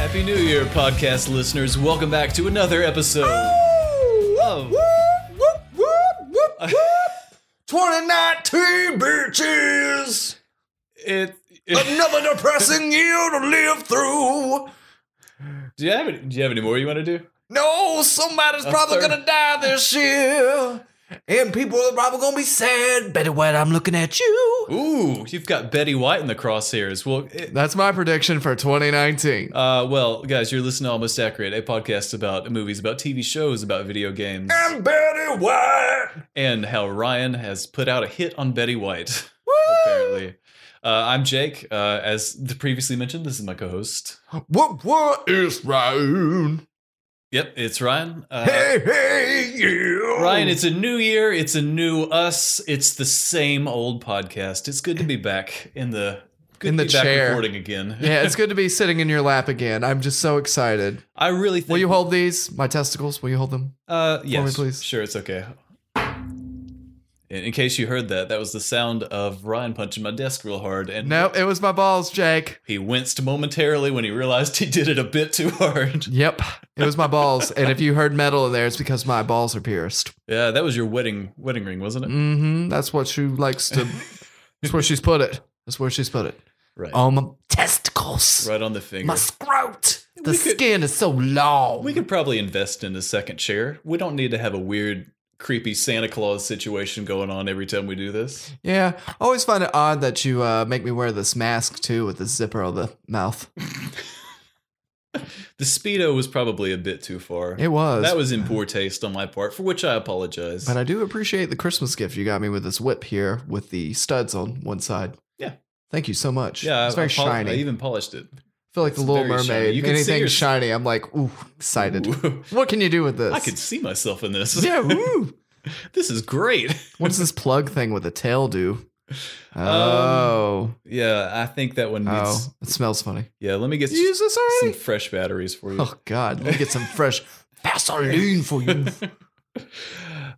Happy New Year, podcast listeners. Welcome back to another episode of. Twenty nineteen bitches. It, Another depressing year to live through. do, you have any, do you have any more you want to do? No, somebody's probably third. gonna die this year. And people are probably gonna be sad. Betty White, I'm looking at you. Ooh, you've got Betty White in the crosshairs. Well, it- That's my prediction for 2019. uh, well, guys, you're listening to Almost Accurate, a podcast about movies, about TV shows, about video games, I'm Betty White. and how Ryan has put out a hit on Betty White. Apparently, uh, I'm Jake. Uh, as previously mentioned, this is my co-host. What what is Ryan? Yep, it's Ryan. Uh, Hey, hey, you. Ryan, it's a new year. It's a new us. It's the same old podcast. It's good to be back in the good In to the be back chair. recording again. Yeah, it's good to be sitting in your lap again. I'm just so excited. I really think. Will you hold these? My testicles, will you hold them? uh, yes, me, please? Sure, it's okay. In, in case you heard that, that was the sound of Ryan punching my desk real hard, and No, it was my balls, Jake. he winced momentarily when he realized he did it a bit too hard. Yep, it was my balls. And if you heard metal in there, it's because my balls are pierced. Yeah, that was your wedding wedding ring, wasn't it? Mm-hmm. That's what she likes to. That's where she's put it. That's where she's put it. Right, On my testicles, right on the finger. um, my scrot. The We could- skin is so long. We could probably invest in a second chair. We don't need to have a weird, creepy Santa Claus situation going on every time we do this. Yeah, I always find it odd that you uh, make me wear this mask too with the zipper on the mouth. The Speedo was probably a bit too far. It was. That was in poor taste on my part, for which I apologize. But I do appreciate the Christmas gift you got me with this whip here with the studs on one side. Yeah. Thank you so much. yeah, it's I, very I pol- shiny. I I even polished it. feel like the it's Little very Mermaid. shiny. You can see Anything your- shiny, I'm like, ooh, excited. Ooh. What can you do with this? I could see myself in this. Yeah. Ooh. this is great. what does this plug thing with the tail do? Um, Oh, Yeah, I think that one needs. oh, it smells funny. Yeah, let me get Did you use this some already? fresh batteries for you. Oh God, let me get some fresh Vaseline for you.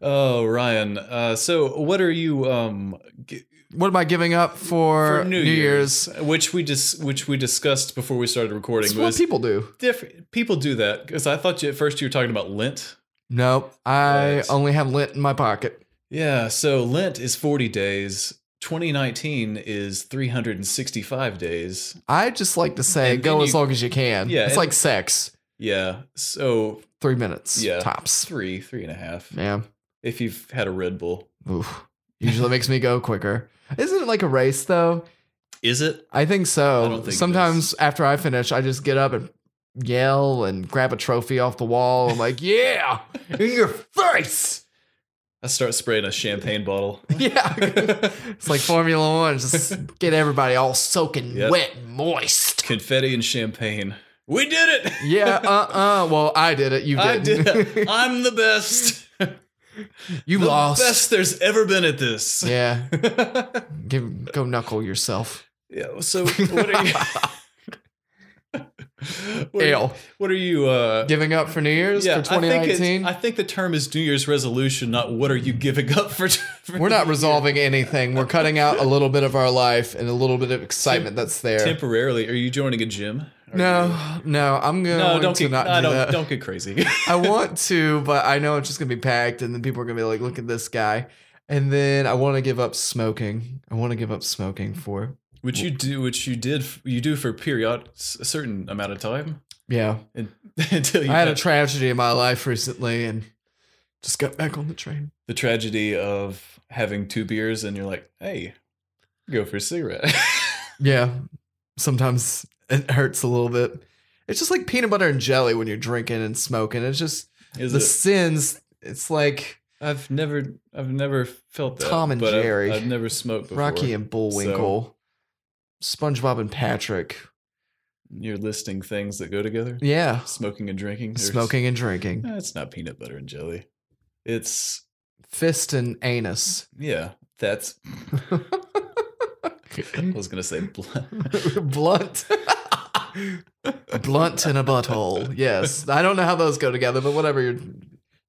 Oh, Ryan. Uh, so, what are you um, g- What am I giving up for, for New, Year's, which we just which we discussed before we started recording It's what was people do. different. People do that because I thought you, at first you were talking about Lent. Nope, I Right. only have lint in my pocket. Yeah, so Lent is forty days. 2019 is 365 days. I just like to say And then go you- as long as you can. Yeah, Yeah, it's and- like sex, Yeah, so three minutes Yeah. tops. three, three and a half. Yeah, If you've had a Red Bull, Oof. usually makes me go quicker. Isn't it like a race though? is it? I think so. I don't think it Sometimes after I finish, I just get up and yell and grab a trophy off the wall. I'm like, yeah, in your face. I start spraying a champagne bottle. Yeah, it's like Formula One. Just get everybody all soaking Yep. wet, and moist. Confetti and champagne. We did it. Yeah, uh, uh. Well, I did it. You didn't. I did it. I'm the best. you The lost. best there's ever been at this. Yeah. Give go knuckle yourself. Yeah. So what are you? what, are you Ale. what are you? Uh, Giving up for New Year's yeah, for I think, it's- 2019. I think the term is New Year's resolution, not what are you giving up for. for We're not resolving anything. We're cutting out a little bit of our life and a little bit of excitement that's there. temporarily. Are you joining a gym? Are you- no, no, I'm going no, don't to get not I do don't, that. don't get crazy. I want to, but I know it's just going to be packed and then people are going to be like, look at this guy. And then I want to give up smoking. I want to give up smoking for, which you do, which you did, you do for a period, a certain amount of time, yeah. and, until you I had a got tragedy in my life recently and just got back on the train. the tragedy of having two beers, and you're like, hey, Go for a cigarette. Yeah. Sometimes it hurts a little bit. It's just like peanut butter and jelly when you're drinking and smoking. It's just Is the it? sins. It's like I've never, I've never felt that. Tom and but I've- Jerry. I've, never smoked before. Rocky and Bullwinkle, SpongeBob and Patrick. You're listing things that go together. Yeah. Smoking and drinking. There's- Smoking and drinking. Eh, it's not peanut butter and jelly. It's Fist and anus. yeah. That's. I was gonna say blunt. Blunt. Blunt in a butthole. Yes. I don't know how those go together, but whatever you're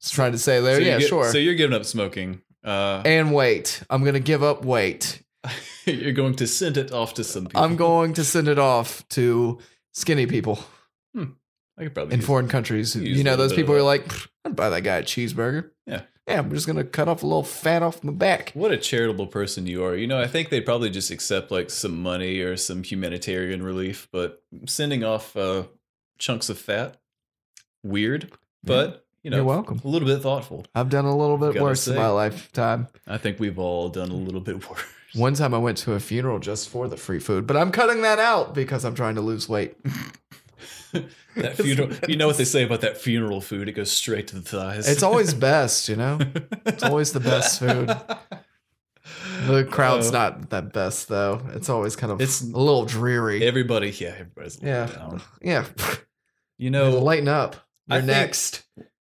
trying to say there. So you yeah, get- sure. So you're giving up smoking. Uh, and wait. I'm going to give up wait. you're going to send it off to some people. I'm going to send it off to skinny people I could probably in use- foreign countries. Who, use you a know, little those bit of people who are like, "Pfft, I'd buy that guy a cheeseburger. Yeah. Yeah, I'm just going to cut off a little fat off my back. What a charitable person you are. You know, I think they'd probably just accept like some money or some humanitarian relief, but sending off uh, chunks of fat, weird, but you know, You're welcome. a little bit thoughtful. I've done a little bit Gotta worse in say. my lifetime. I think we've all done a little bit worse. One time I went to a funeral just for the free food, but I'm cutting that out because I'm trying to lose weight. that funeral, you know what they say about that funeral food? It goes straight to the thighs. It's always best, you know? It's always the best food. The crowd's Oh. not the best, though. It's always kind of It's- it's a little dreary. everybody. Yeah, everybody's a little Yeah. down. yeah. You know, Lighten up. I You're think- next.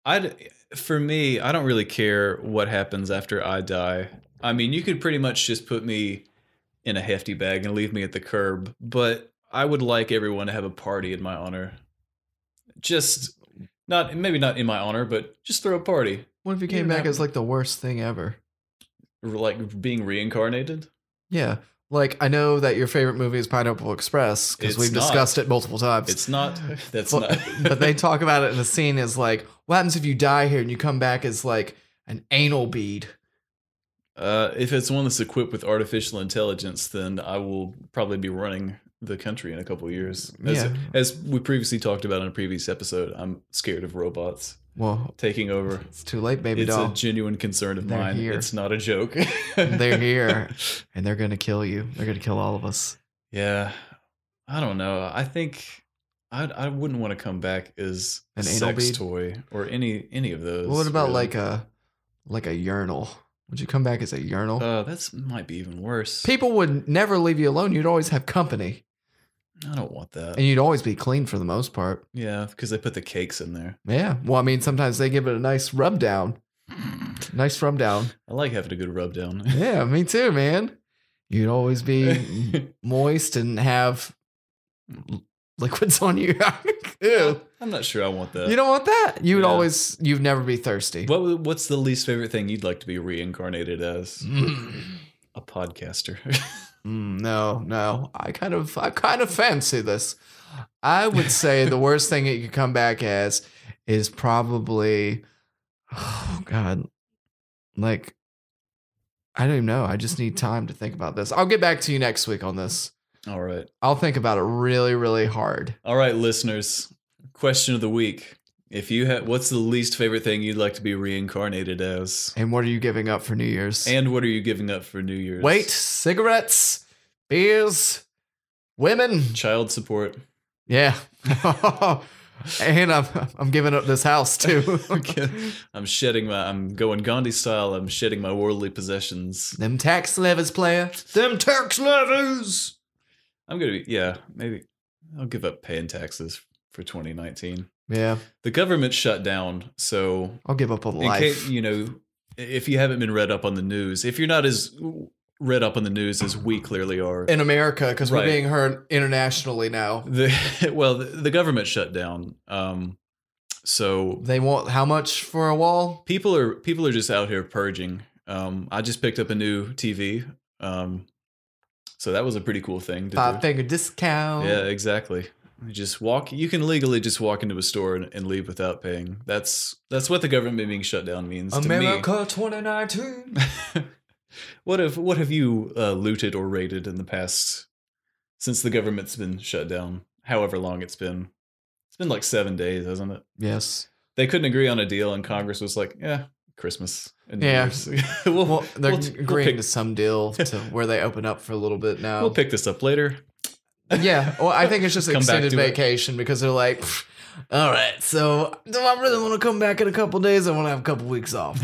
I for me, I don't really care what happens after I die. I mean, you could pretty much just put me in a hefty bag and leave me at the curb, but I would like everyone to have a party in my honor. Just not maybe not in my honor, but just throw a party. What if you You came don't back have- as like the worst thing ever? Like being reincarnated. Yeah. Like I know that your favorite movie is Pineapple Express because It's we've not. discussed it multiple times. It's not that's but, not but they talk about it in the scene is like, what happens if you die here and you come back as like an anal bead? uh if it's one that's equipped with artificial intelligence, then I will probably be running the country in a couple of years. As, Mm, Yeah. as we previously talked about in a previous episode, I'm scared of robots. Well, taking over. it's too late, baby It's a doll. genuine concern of They're mine. here. It's not a joke. they're here and they're gonna kill you. They're gonna kill all of us. Yeah, I don't know. I think I I wouldn't want to come back as a An anal sex bead? toy or any any of those. what about really. like a like a urinal? Would you come back as a urinal? Uh, that's might be even worse. People would never leave you alone. You'd always have company, I don't want that. and you'd always be clean for the most part. yeah, because they put the cakes in there. Yeah. Well, I mean, sometimes they give it a nice rub down. Nice rub down. I like having a good rub down. Yeah, me too, man. You'd always be moist and have l- liquids on you. Ew. I'm not sure I want that. You don't want that. You would Yeah. always, you'd never be thirsty. what would- what's the least favorite thing you'd like to be reincarnated as? Mm, A podcaster. mm, no, no. I kind of, I kind of fancy this. I would say the worst thing that you could come back as is probably, oh God, like, I don't even know. I just need time to think about this. I'll get back to you next week on this. All right. I'll think about it really, really hard. All right, listeners. Question of the week: If you had, what's the least favorite thing you'd like to be reincarnated as? And what are you giving up for New Year's? And what are you giving up for New Year's? Wait, cigarettes, beers, women. child support. Yeah. and I'm I'm giving up this house too. I'm shedding my. I'm going Gandhi style. I'm shedding my worldly possessions. Them tax levers, player. Them tax levers. I'm gonna be. Yeah, maybe I'll give up paying taxes for 2019. Yeah, The government shut down, so I'll give up on in life. case you know, if you haven't been read up on the news, if you're not as read up on the news as we clearly are, in America, because Right. we're being heard internationally now. the well the, the government shut down um so They want how much for a wall? people are people are just out here purging um i just picked up a new tv um so that was a pretty cool thing to Five do finger discount. yeah exactly You just walk you can legally just walk into a store and, and leave without paying that's that's what the government being shut down means to me America 2019. what have what have you uh, looted or raided in the past since the government's been shut down however long it's been it's been like seven days hasn't it Yes. they couldn't agree on a deal, and Congress was like, "Yeah, Christmas. And Yeah. New Year's. we'll, Well, they're we'll- we'll agreeing pick- to some deal to where they open up for a little bit now. We'll pick this up later. yeah, well, I think it's just Come back extended to it. vacation because they're like, "Pfft, all right, so do I really want to come back in a couple days? I want to have a couple weeks off.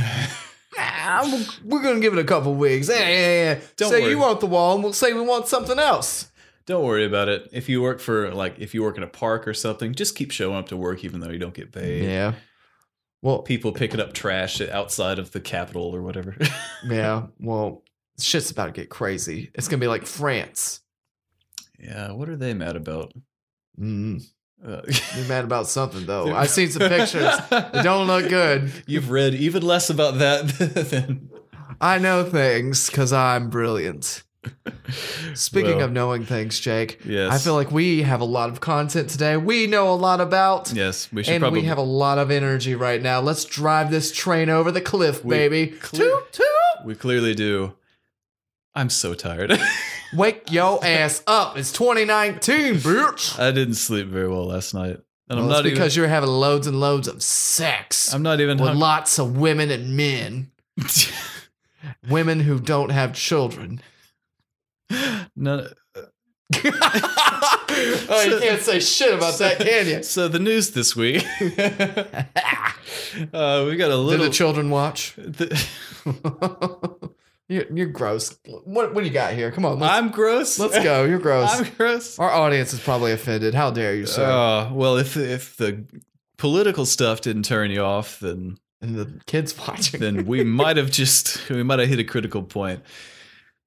Nah, we'll- we're gonna give it a couple weeks. Yeah, yeah, yeah. Don't say worry. you want the wall, and we'll say we want something else. Don't worry about it. If you work for like if you work in a park or something, just keep showing up to work even though you don't get paid. Yeah. Well, People picking up trash outside of the Capitol or whatever. yeah. Well, shit's about to get crazy. It's gonna be like France. yeah, what are they mad about? Mm, Uh, you're mad about something though. I've seen some pictures. They don't look good. You've read even less about that than I know things because I'm brilliant. Speaking Well, of knowing things, Jake, Yes. I feel like we have a lot of content today. We know a lot about, yes, we should and probably we have a lot of energy right now. Let's drive this train over the cliff, We baby. clear- toot, toot. we clearly do. I'm so tired. Wake yo ass up. It's 2019, bitch. I didn't sleep very well last night, and I'm Well, it's not even. because you're having loads and loads of sex I'm not even. with hung- lots of women and men. Women who don't have children. no, oh, you can't say shit about that, can you? so the news this week, uh, we got a Do little. the children watch? the- you're, you're gross. What, what do you got here? Come on, let's, I'm gross. let's go. You're gross. I'm gross. Our audience is probably offended. How dare you, sir? Uh, well, if if the political stuff didn't turn you off, then and the kids watching. then we might have just we might have hit a critical point.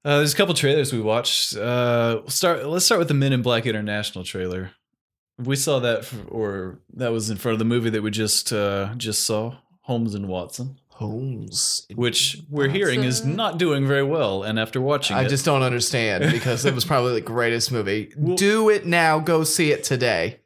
Uh, there's a couple trailers we watched. Uh, we'll start. Let's start with the Men in Black International trailer. We saw that, f or that was in front of the movie that we just uh, just saw, Holmes and Watson, Holmes. which we're hearing is not doing very well. And after watching, I it- just don't understand because it was probably the greatest movie. Well- Do it now. Go see it today.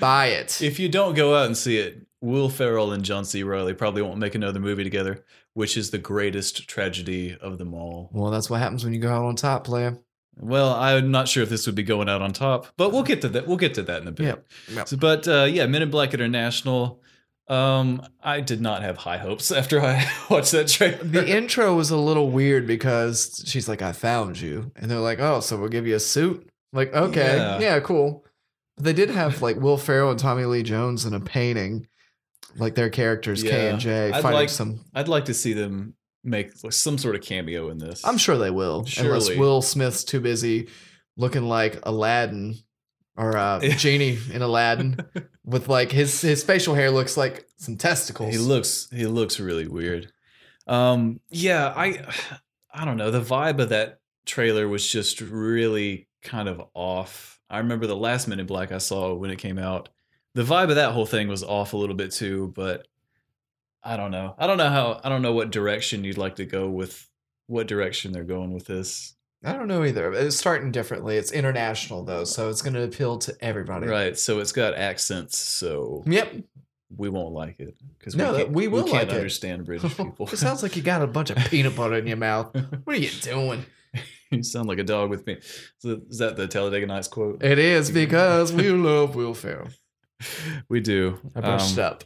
Buy it. if you don't go out and see it, Will Ferrell and John C. Riley probably won't make another movie together, which is the greatest tragedy of them all. well, that's what happens when you go out on top, player. Well, I'm not sure if this would be going out on top, but we'll get to that. We'll get to that in a bit. Yep. Yep. So, but uh, yeah, Men in Black International. Um, I did not have high hopes after I watched that trailer. The intro was a little weird because she's like, I found you. And they're like, oh, so we'll give you a suit? Like, okay, Yeah. yeah, cool. But they did have like Will Ferrell and Tommy Lee Jones in a painting, like their characters, K Yeah. and J, I'd fighting like- some. I'd like to see them make like, some sort of cameo in this. I'm sure they will. Unless Surely. Will Smith's too busy looking like Aladdin or uh, Genie in Aladdin with like his, his facial hair looks like some testicles. he looks he looks really weird. Um, yeah, I I don't know. The vibe of that trailer was just really kind of off. I remember the last Men in Black I saw when it came out. The vibe of that whole thing was off a little bit too, but I don't know. I don't know how I don't know what direction you'd like to go with what direction they're going with this. I don't know either. It's starting differently. It's international though, so it's going to appeal to everybody. Right. So it's got accents, so Yep. we won't like it because we, No, that- can't- we will can't like it. understand British people. it sounds like you got a bunch of peanut butter in your mouth. What are you doing? you sound like a dog with me. So is that the Talladega Nights quote? It is because we love Will Ferrell. We do. I brushed Um, up.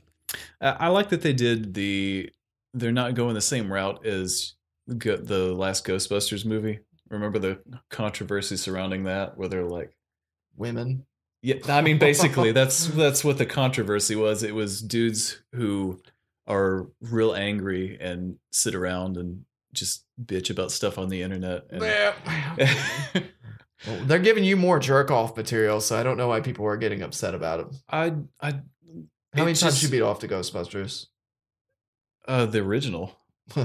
I I like that they did the. They're not going the same route as go, the last Ghostbusters movie. Remember the controversy surrounding that, where they're like, Women. "Yeah, I mean, basically, that's that's what the controversy was. It was dudes who are real angry and sit around and just bitch about stuff on the internet." And, Well, they're giving you more jerk off material, so I don't know why people are getting upset about it. I, I, How many it times just- you beat off to Ghostbusters? uh, the original?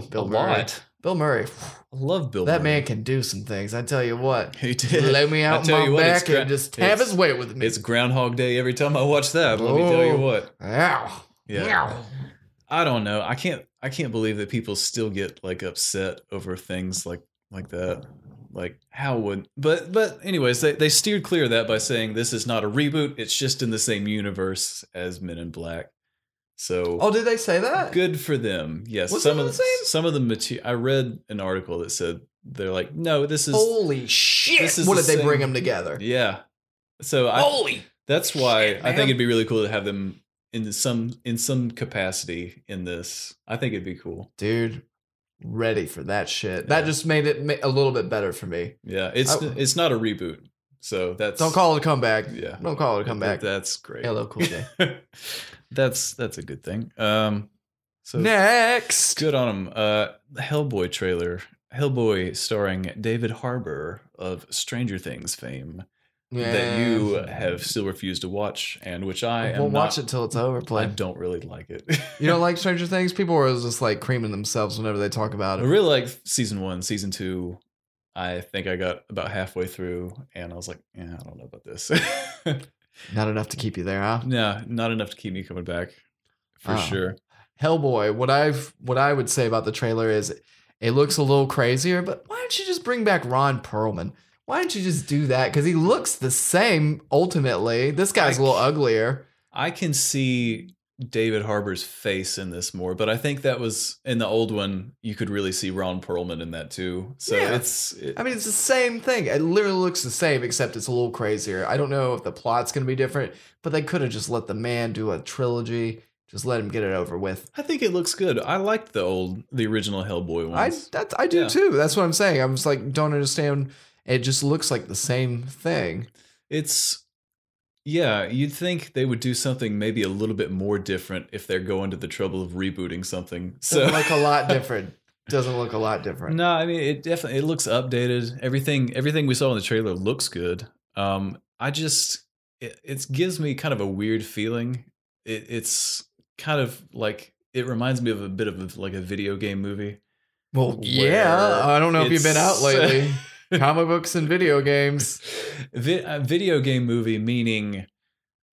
Bill a Murray. lot. Bill Murray. I love Bill. That Murray. man can do some things. I tell you what. He did. Let me I out tell my you what, it's back gra- and just have it's- his way with me. It's Groundhog Day every time I watch that. Let me tell you Oh. what. Ow. Yeah. Ow. I don't know. I can't. I can't believe that people still get like upset over things like like that. Like how would? But but anyways, they they steered clear of that by saying this is not a reboot. It's just in the same universe as Men in Black. So Oh, did they say that? good for them. Yes. Was some it of the same? some of the material. I read an article that said they're like, no, this is Holy shit! this is what the did they bring same- them together? yeah. So I, Holy! That's why Shit, I think man. it'd be really cool to have them in some in some capacity in this. I think it'd be cool. dude. Ready for that shit. That Yeah. just made it ma- a little bit better for me. Yeah, it's I- it's not a reboot, so that's Don't call it a comeback. Yeah. Don't call it a that- comeback. That's great. Hello, Cool J. that's that's a good thing. Um, so Next. good on him. Uh, the Hellboy trailer. Hellboy starring David Harbour of Stranger Things fame that you have still refused to watch, and which I am We'll not, watch it till it's over. I Play. don't really like it. You don't like Stranger Things? People were just like creaming themselves whenever they talk about I it. really like season one, season two. I think I got about halfway through, and I was like, yeah, I don't know about this. Not enough to keep you there, huh? no, not enough to keep me coming back for Ah. sure. Hellboy. What I've what I would say about the trailer is it looks a little crazier, but why don't you just bring back Ron Perlman? Why don't you just do that? Because he looks the same ultimately. This guy's a little uglier. I can see David Harbour's face in this more, but I think that was in the old one. You could really see Ron Perlman in that too. So Yeah. it's it- I mean, it's the same thing. It literally looks the same, except it's a little crazier. I don't know if the plot's going to be different, but they could have just let the man do a trilogy. Just let him get it over with. I think it looks good. I liked the old, the original Hellboy I ones. that's, I do Yeah. too. That's what I'm saying. I'm just like don't understand. It just looks like the same thing. it's yeah. You'd think they would do something maybe a little bit more different if they're going to the trouble of rebooting something. So Doesn't look a lot different. Doesn't look a lot different. No, I mean it definitely it looks updated. Everything everything we saw in the trailer looks good. Um I just it, it gives me kind of a weird feeling. It it's kind of like it reminds me of a bit of a, like a video game movie. Well, where yeah. I don't know if you've been out it's- lately. Comic books and video games. Vi- a video game movie meaning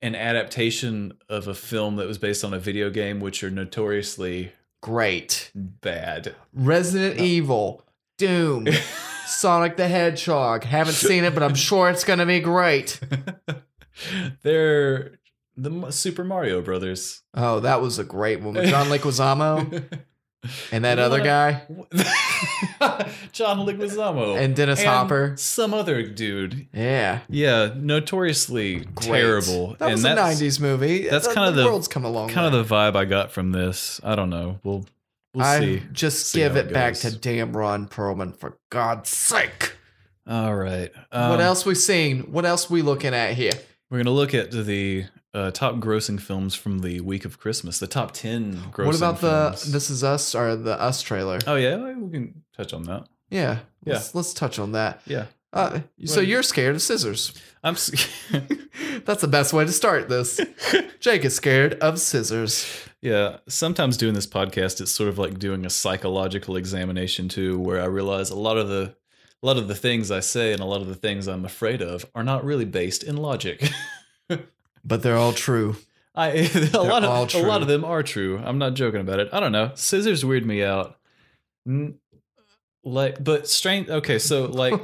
an adaptation of a film that was based on a video game which are notoriously Great. bad. Resident Evil, Doom, Sonic the Hedgehog. Haven't seen it, but I'm sure it's going to be great. They're the Mo- Super Mario Brothers. Oh, that was a great one with John Leguizamo and that What other a- guy John Leguizamo and Dennis Hopper. some other dude. Yeah. Yeah, notoriously Great. terrible. That was a that's 90s movie. that's The- kinda the- world's come a long kind way. of the vibe I got from this. I don't know. We'll we'll I see. just See give how it it back goes. to damn Ron Perlman for God's sake. All right. Um, what else we seen? What else we looking at here? We're gonna look at the uh, top grossing films from the week of Christmas. The top ten grossing. What about the films. This Is Us or the Us trailer? Oh yeah, we can touch on that. yeah, Yeah. Let's, let's touch on that. Yeah, Uh, so Right. you're scared of scissors. I'm. s- That's the best way to start this. Jake is scared of scissors. Yeah, sometimes doing this podcast, it's sort of like doing a psychological examination too, where I realize a lot of the a lot of the things I say and a lot of the things I'm afraid of are not really based in logic. But they're all true. I a lot all of true. a lot of them are true. I'm not joking about it. I don't know. Scissors weird me out. N- Like, but strange. Okay, so like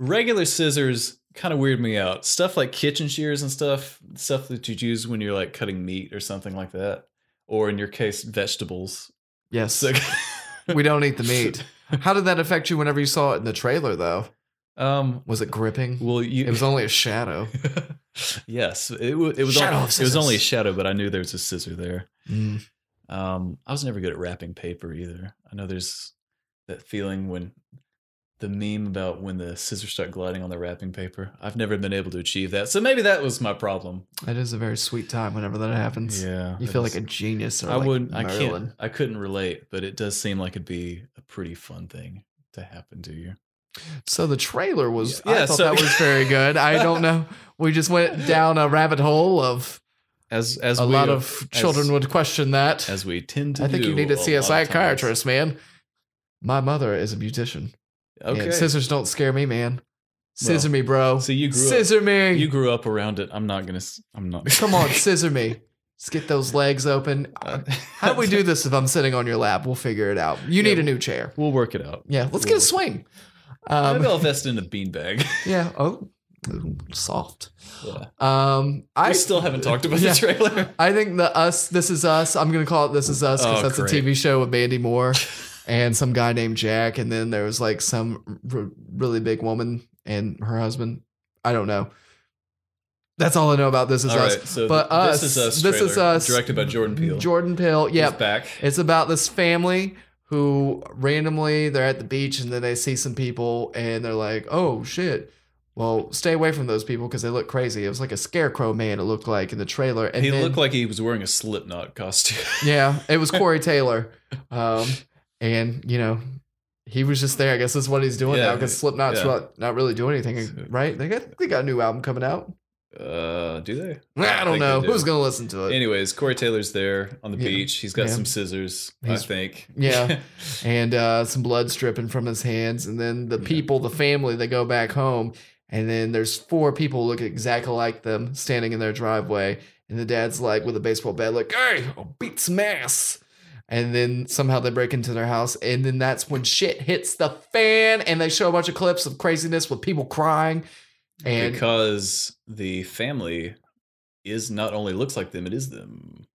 regular scissors kind of weird me out. Stuff like kitchen shears and stuff, stuff that you use when you're like cutting meat or something like that, or in your case, vegetables. Yes. So- we don't eat the meat. How did that affect you whenever you saw it in the trailer, though? Um. Was it gripping? Well, you. it was only a shadow. yes. It, wa- it was. Shadow only, it of was only a scissors. shadow, but I knew there was a scissor there. Mm. Um. I was never good at wrapping paper either. I know there's that feeling when the meme about when the scissors start gliding on the wrapping paper. I've never been able to achieve that, so maybe that was my problem. It is a very sweet time whenever that happens. Yeah. You feel like a genius. Or I like would. I Merlin. can't. I couldn't relate, but it does seem like it'd be a pretty fun thing to happen to you. So the trailer was. Yeah, I yeah, thought so- that was very good. I don't know. We just went down a rabbit hole of As as a we- lot of children as- would question that. as we tend to. I think you do need to see a lot of times. psychiatrist, man. My mother is a beautician. and Okay. scissors don't scare me, man. Scissor Well, me, bro. so you grew up- scissor me. You grew up around it. I'm not gonna. s- I'm not. Come on, scissor me. Let's get those legs open. How do we do this if I'm sitting on your lap? We'll figure it out. You need a new chair. We'll work it out. Yeah, let's get a swing. Maybe Um, I'll invest in a beanbag. yeah. Oh, soft. Yeah. Um, I I still haven't talked about Yeah. the trailer. I think the us this is us. I'm gonna call it this is us because Oh, that's a great. TV show with Mandy Moore and some guy named Jack, and then there was like some r- really big woman and her husband. I don't know. That's all I know about this is All us. right, so but th- us, this is us. This is trailer, us. Directed by Jordan Peele. Jordan Peele. He's Yeah, back. It's about this family who randomly they're at the beach and then they see some people and they're like, "Oh shit." Well, stay away from those people because they look crazy. It was like a scarecrow man. It looked like in the trailer, and he then- looked like he was wearing a Slipknot costume. yeah, it was Corey Taylor, um, and you know, he was just there. I guess that's what he's doing Yeah, now because Slipknot's yeah. not, not really doing anything, right? They got they got a new album coming out. uh, do they? I don't think know they do. who's gonna listen to it. Anyways, Corey Taylor's there on the Yeah, beach. He's got yeah. some scissors, He's- I think. yeah. and uh, some blood stripping from his hands. And then the people, the family, they go back home. And then there's four people who look exactly like them standing in their driveway. And the dad's like with a baseball bat, like, hey, I'll beat some ass. And then somehow they break into their house. And then that's when shit hits the fan. And they show a bunch of clips of craziness with people crying. And because the family is not only looks like them, it is them.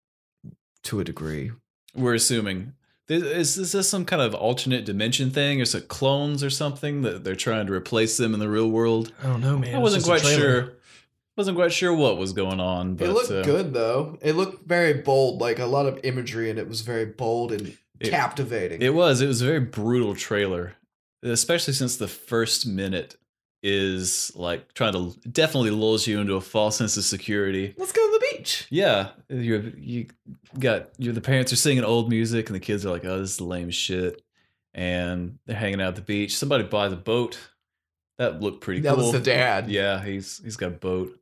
to a degree, We're assuming. Th- Is is this some kind of alternate dimension thing? Is it clones or something that they're trying to replace them in the real world? I don't know, man. I It's wasn't just a quite trailer. sure. Wasn't quite sure what was going on, but it looked uh, good though. It looked very bold, like a lot of imagery, and it was very bold and It- captivating. It was. It was a very brutal trailer, especially since the first minute is like trying to definitely lulls you into a false sense of security. Let's go to the beach. Yeah, you you got you. The parents are singing old music, and the kids are like, "Oh, this is lame shit," and they're hanging out at the beach. Somebody buys a boat. That looked pretty That cool. was the dad. Yeah, he's he's got a boat.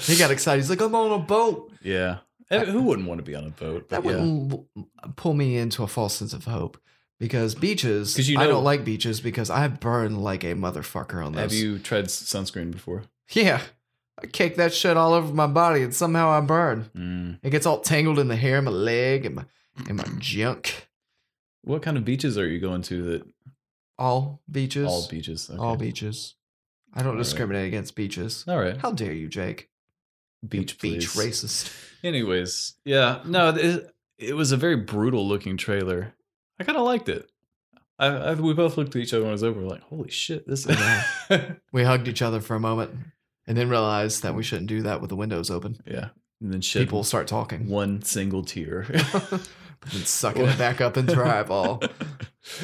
He got excited. He's like, I'm on a boat. yeah. Eh, Who wouldn't want to be on a boat? That But yeah. wouldn't l- pull me into a false sense of hope because beaches. 'Cause you I know- don't like beaches because I burn like a motherfucker on those. Have you tried s- sunscreen before? Yeah. I kick that shit all over my body and somehow I burn. Mm. It gets all tangled in the hair, of my leg, and my and my junk. What kind of beaches are you going to that All beaches. All beaches. Okay. All beaches. I don't All right. discriminate against beaches. All right. How dare you, Jake? You Beach, beach please. racist. Anyways, yeah. No, it, it was a very brutal looking trailer. I kind of liked it. I, I, we both looked at each other when it was over. We're like, holy shit, this is. We hugged each other for a moment and then realized that we shouldn't do that with the windows open. yeah. And then shed People start talking. one single tear. and sucking it back up and thrive all.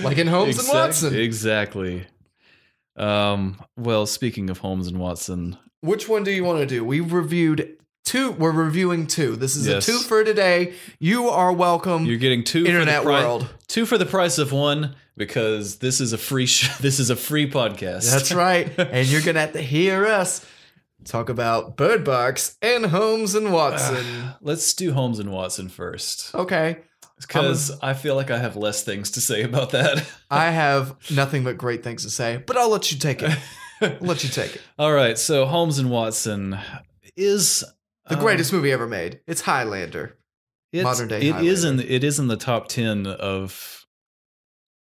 Like in Holmes and Exact- e- Watson. Exactly. Um, well, speaking of Holmes and Watson, Which one do you want to do? We've reviewed two. We're reviewing two. This is Yes. a two for today. You are welcome. You're getting two Mm. Internet for the pri- world. Two for the price of one because this is a free sh- this is a free podcast. That's right. and you're going to have to hear us talk about Bird Box and Holmes and Watson. Let's do Holmes and Watson first okay. Um, because I feel like I have less things to say about that. I have nothing but great things to say, but I'll let you take it. I'll let you take it. All right, so Holmes and Watson is The uh, greatest movie ever made. It's Highlander. it's- modern day It is in the- it is in the top ten of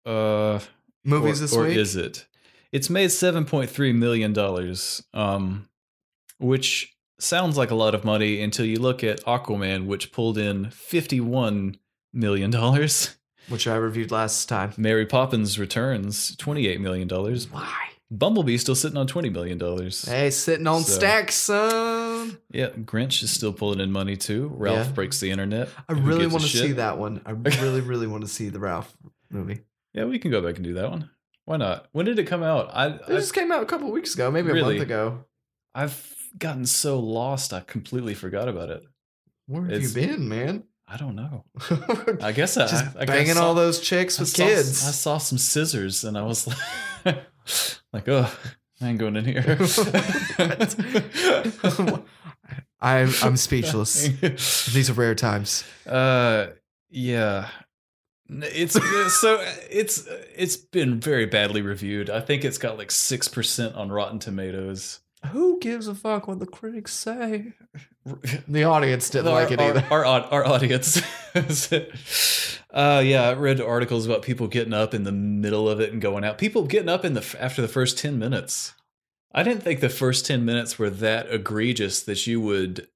uh Movies or, this or week. is it? It's made seven point three million dollars, um, which sounds like a lot of money until you look at Aquaman, which pulled in fifty one million dollars. which I reviewed last time. Mary Poppins returns twenty eight million dollars. Why? Bumblebee still sitting on twenty million dollars. Hey, sitting on So- stacks, son. Yeah, Grinch is still pulling in money too. Ralph Yeah. breaks the internet. I Who really gives a want to see shit? that one. I really, really want to see the Ralph movie. Yeah, we can go back and do that one. Why not? When did it come out? I It just came out a couple weeks ago, maybe a Really? month ago. I've, I've gotten so lost, I completely forgot about it. Where have It's- you been, man? I don't know. just I guess I, I, I banging saw- all those chicks I with saw- kids. I saw some scissors and I was like, like, oh, I ain't going in here. I'm I'm speechless. These are rare times. uh, yeah. N- It's it's so uh, it's it's been very badly reviewed. I think it's got like six percent on Rotten Tomatoes. Who gives a fuck what the critics say? The audience didn't like it our, either. Our, our, our audience. uh, yeah, I read articles about people getting up in the middle of it and going out. People getting up in the after the first ten minutes. I didn't think the first ten minutes were that egregious that you would.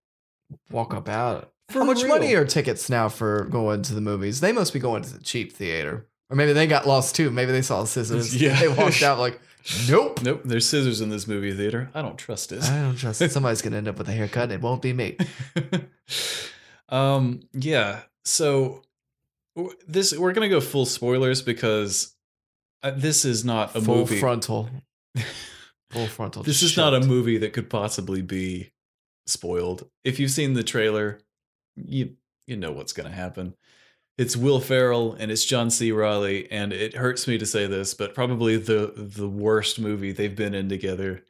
Walk up out. For How much real. money are tickets now for going to the movies? They must be going to the cheap theater. Or maybe they got lost too. Maybe they saw scissors. Yeah. They walked out like, Nope. Nope, there's scissors in this movie theater. I don't trust it. I don't trust it. Somebody's gonna end up with a haircut. and It won't be me. um yeah so w- this we're gonna go full spoilers because uh, this is not a Full movie frontal. Full frontal. this is Just not a shoved. movie that could possibly be spoiled if you've seen the trailer you you know what's gonna happen it's will ferrell and it's john c riley and it hurts me to say this but probably the the worst movie they've been in together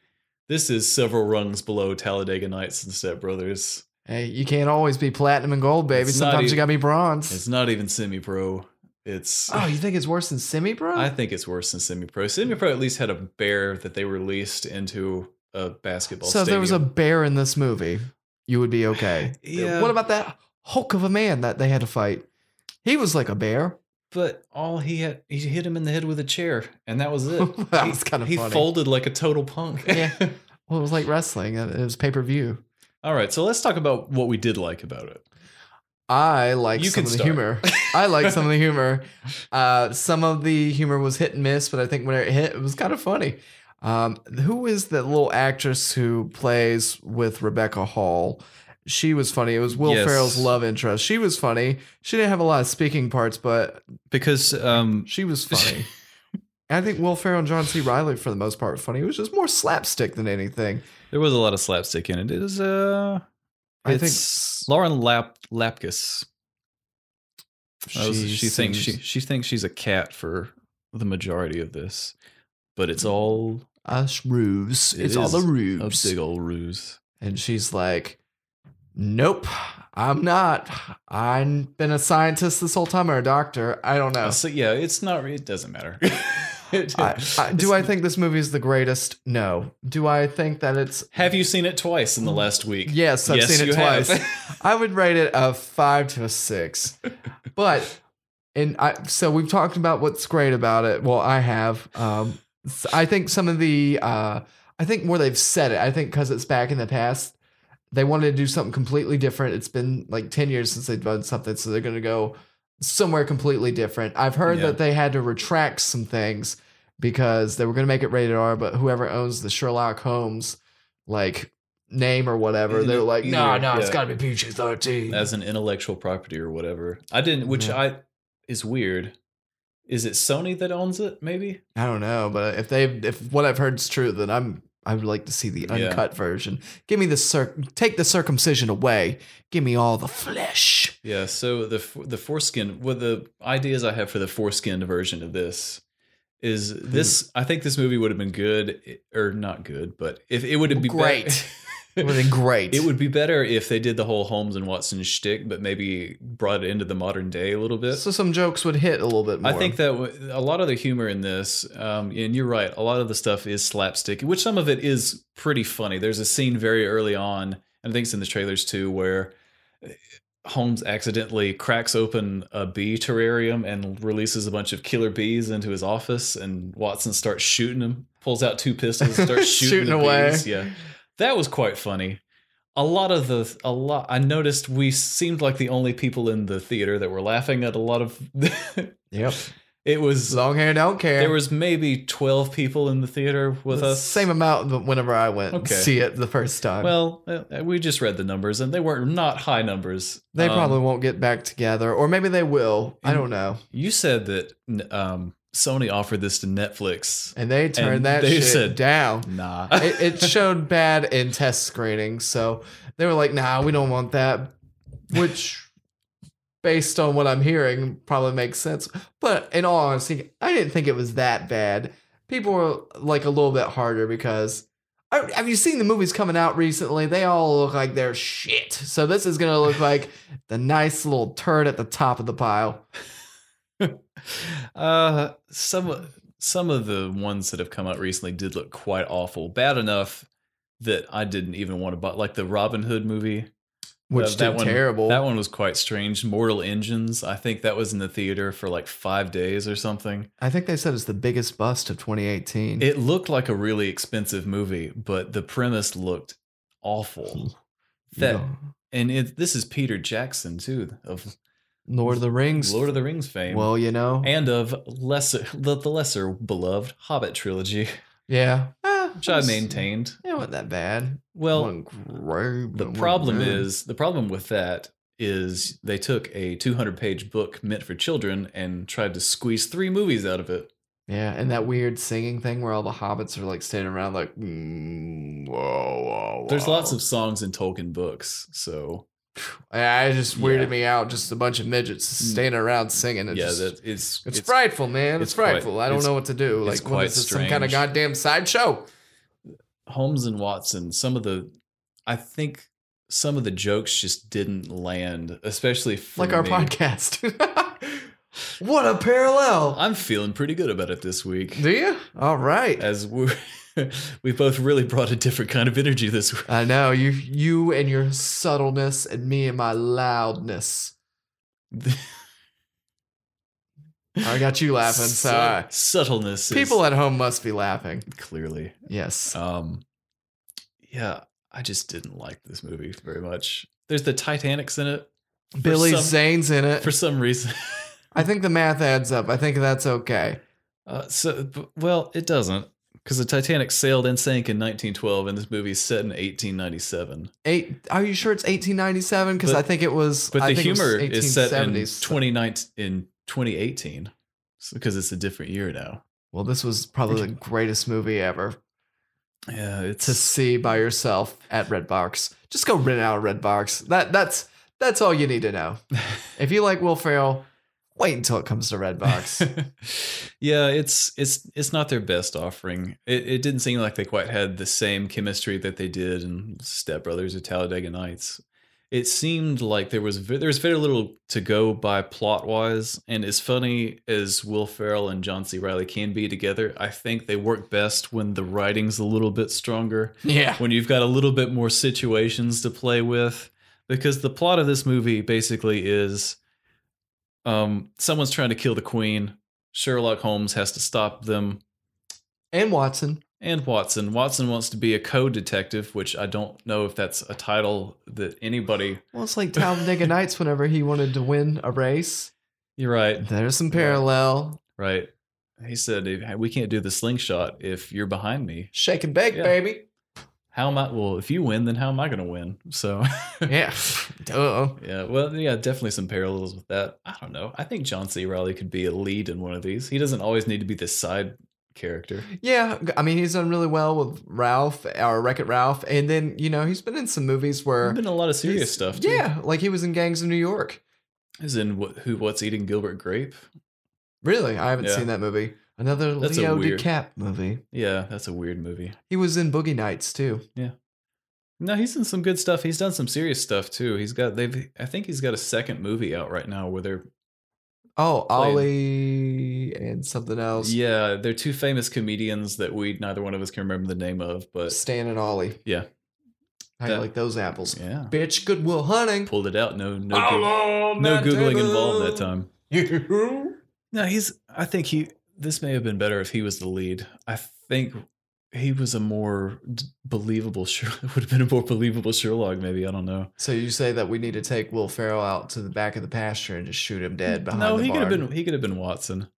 this is several rungs below talladega nights and step brothers Hey, you can't always be platinum and gold, baby. It's not Sometimes even- you gotta be It's bronze. not even semi pro. It's Oh, you think it's worse than semi, bro? I think it's worse than semi pro. Semi pro at least had a bear that they released into a basketball. so if there was a stadium. bear in this movie, you would be okay. Yeah. What about that Hulk of a man that they had to fight? He was like a bear. but all he had he hit him in the head with a chair and that was it. That He- was kinda He funny. folded like a total punk. Yeah. Well, it was like wrestling. It it was pay per view. all right, so let's talk about what we did like about it. I like You can some of the start. humor. I like some of the humor. Uh, some of the humor was hit and miss, but I think when it hit, it was kind of funny. Um, who is that little actress who plays with Rebecca Hall? She was funny. It was Will Yes. Ferrell's love interest. She was funny. She didn't have a lot of speaking parts, but Because um she was funny. I think Will Ferrell and John C. Riley, for the most part, were funny. It was just more slapstick than anything. there was a lot of slapstick in it. It was uh I think it's Lauren Lap Lapkus. That was- she thinks she seems- she thinks she's a cat for the majority of this, but it's all us ruse. It it's all is the a a Mm. ruse. big old ruse. And she's like, Nope, I'm not. I've been a scientist this whole time or a doctor. I don't know. So yeah, it's not. It doesn't matter. It- Oh. I, I, do I think this movie is the greatest? No. Do I think that it's. Have you seen it twice in the last week? Mm. Yes, I've Yes, seen you it have. twice. I would rate it a five to a six. But, and I, so we've talked about what's great about it. Well, I have. Um, s- I think some of the, uh, I think where they've said it, I think because it's back in the past, they wanted to do something completely different. It's been like 10 years since they've done something, so they're going to go somewhere completely different. I've heard Yeah. that they had to retract some things because they were going to make it rated R, but whoever owns the Sherlock Holmes like name or whatever, they're like, Either- no, no, it's Mm-hmm. yeah. got to be PG 13. As an intellectual property or whatever. I didn't. Which Yeah. I is weird. Is it Sony that owns it? Maybe. I don't know, but if they if what I've heard is true, then I'm I would like to see the Yeah. uncut version. Give me the cir- take the circumcision away. Give me all the flesh. Yeah, so the f- the foreskin, well, the ideas I have for the foreskin version of this is Hmm. this. I think this movie would have been good, i- or not good, but if it would have been Great. It would better. have been great. It would be better if they did the whole Holmes and Watson shtick, but maybe brought it into the modern day a little bit. so some jokes would hit a little bit more. I think that w- a lot of the humor in this, um, and you're right, a lot of the stuff is slapstick, which some of it is pretty funny. There's a scene very early on, and I think it's in the trailers too, where eh, Holmes accidentally cracks open a bee terrarium and releases a bunch of killer bees into his office, and Watson starts shooting them, pulls out two pistols, and starts shooting, Shooting the away. Bees. Yeah, that was quite funny. A lot of the a lot I noticed we seemed like the only people in the theater that were laughing at a lot of yep. It was Long hair, don't care. there was maybe twelve people in the theater with the us. same amount that whenever I went Okay. to see it the first time. Well, uh, we just read the numbers, and they were not high numbers. they Um, probably won't get back together, or maybe they will. I And- don't know. You said that n- um, Sony offered this to Netflix. And they turned that they shit said- down. Nah, it, it showed bad in test screening, so they were like, "Nah, we don't want that," which, based on what I'm hearing, probably makes sense. But in all honesty, I didn't think it was that bad. People were like a little bit harder because. I- Have you seen the movies coming out recently? They all look like they're shit. So this is gonna look like the nice little turd at the top of the pile. uh, some some of the ones that have come out recently did look quite awful, bad enough that I didn't even want to buy. Like the Robin Hood movie. Which That- did that one, terrible. That one was quite strange. Mortal Engines. I think that was in the theater for like five days or something. I think they said it's the biggest bust of 2018. It looked like a really expensive movie, but the premise looked awful. You That know, and it, this is Peter Jackson too of Lord of the Rings. Lord of the Rings fame. Well, you know, and of lesser the, the lesser beloved Hobbit trilogy. Yeah. Eh, which I was- maintained. It wasn't that bad. Well, Wasn't great, but the it wasn't problem bad. is the problem with that is they took a 200 page book meant for children and tried to squeeze three movies out of it. Yeah, and that weird singing thing where all the hobbits are like standing around, like, mm, whoa, whoa, whoa. There's lots of songs in Tolkien books, so Yeah, it just weirded Yeah. Mm. me out. Just a bunch of midgets standing around singing. It yeah, just, that is it's, frightful, man. It's, it's quite- frightful. I don't it's- know what to do. it's Like, what quite is this, some kind of strange. goddamn sideshow? Holmes and Watson, some of the, I think some of the jokes just didn't land, especially for Like our me. podcast. what a parallel. I'm feeling pretty good about it this week, Do you? All right. as we we both really brought a different kind of energy this week. I know you, you and your subtleness, and me and my loudness. I got you laughing. So Sub- uh, subtleness, is- people at home must be laughing. clearly. Yes. Um, yeah, I just didn't like this movie very much. There's the Titanics in it Billy some- Zane's in it. for some reason. I think the math adds up. I think that's okay. Uh, so, b- well, it doesn't because the Titanic sailed and sank in 1912, and this movie is set in 1897. Eight? Are you sure it's 1897? Because But- I think it was. But I the think it was humor is set in 1870s. 29 in 2018 because it's a different year now. Well, this was probably the greatest movie ever Yeah, it's to see by yourself at Redbox. Just go rent out Redbox. That that's that's all you need to know. if you like Will Ferrell, wait until it comes to Redbox. yeah, it's it's it's not their best offering. It, it didn't seem like they quite had the same chemistry that they did in Step Brothers or Talladega Nights. It seemed like there was ve- there was very little to go by plot wise, and as funny as Will Ferrell and John C. Riley can be together, I think they work best when the writing's a little bit stronger yeah. when you've got a little bit more situations to play with because the plot of this movie basically is um someone's trying to kill the queen sherlock holmes has to stop them And Watson. and watson watson wants to be a co-detective which i don't know if that's a title that anybody Well, it's like Talladega Nights. Whenever he wanted to win a race, you're right there's some parallel. right he said we can't do the slingshot if you're behind me Shake and bake, Yeah. baby. how am i well if you win then how am i going to win so Yeah. Duh. Yeah, well, yeah, definitely some parallels with that. I don't know. I think John C. Riley could be a lead in one of these. He doesn't always need to be the side character. Yeah, g- I mean he's done really well with Ralph or Wreck It Ralph, and then you know he's been in some movies where There's been a lot of serious he's- stuff. Too. Yeah, like he was in Gangs of New York. He's in what, Who What's Eating Gilbert Grape. Really, I haven't Yeah. seen that movie. Another That's a Leo weird- DiCap movie. Yeah, that's a weird movie. He was in Boogie Nights too. No, he's in some good stuff. He's done some serious stuff too. He's got they've I think he's got a second movie out right now where they're Oh, Played- Ollie and something else. yeah, they're two famous comedians that we neither one of us can remember the name of, but Stan and Ollie. yeah. I That- like those apples. Yeah. Bitch, Goodwill Hunting. Pulled it out. No no Goog- no that googling table. involved that time. You. No, he's. I think he. This may have been better if he was the lead. I think he was a more d- believable. Sher- Would have been a more believable Sherlock. Maybe I don't know. So you say that we need to take Will Ferrell out to the back of the pasture and just shoot him dead behind no, the he could have barn. been. He could have been Watson.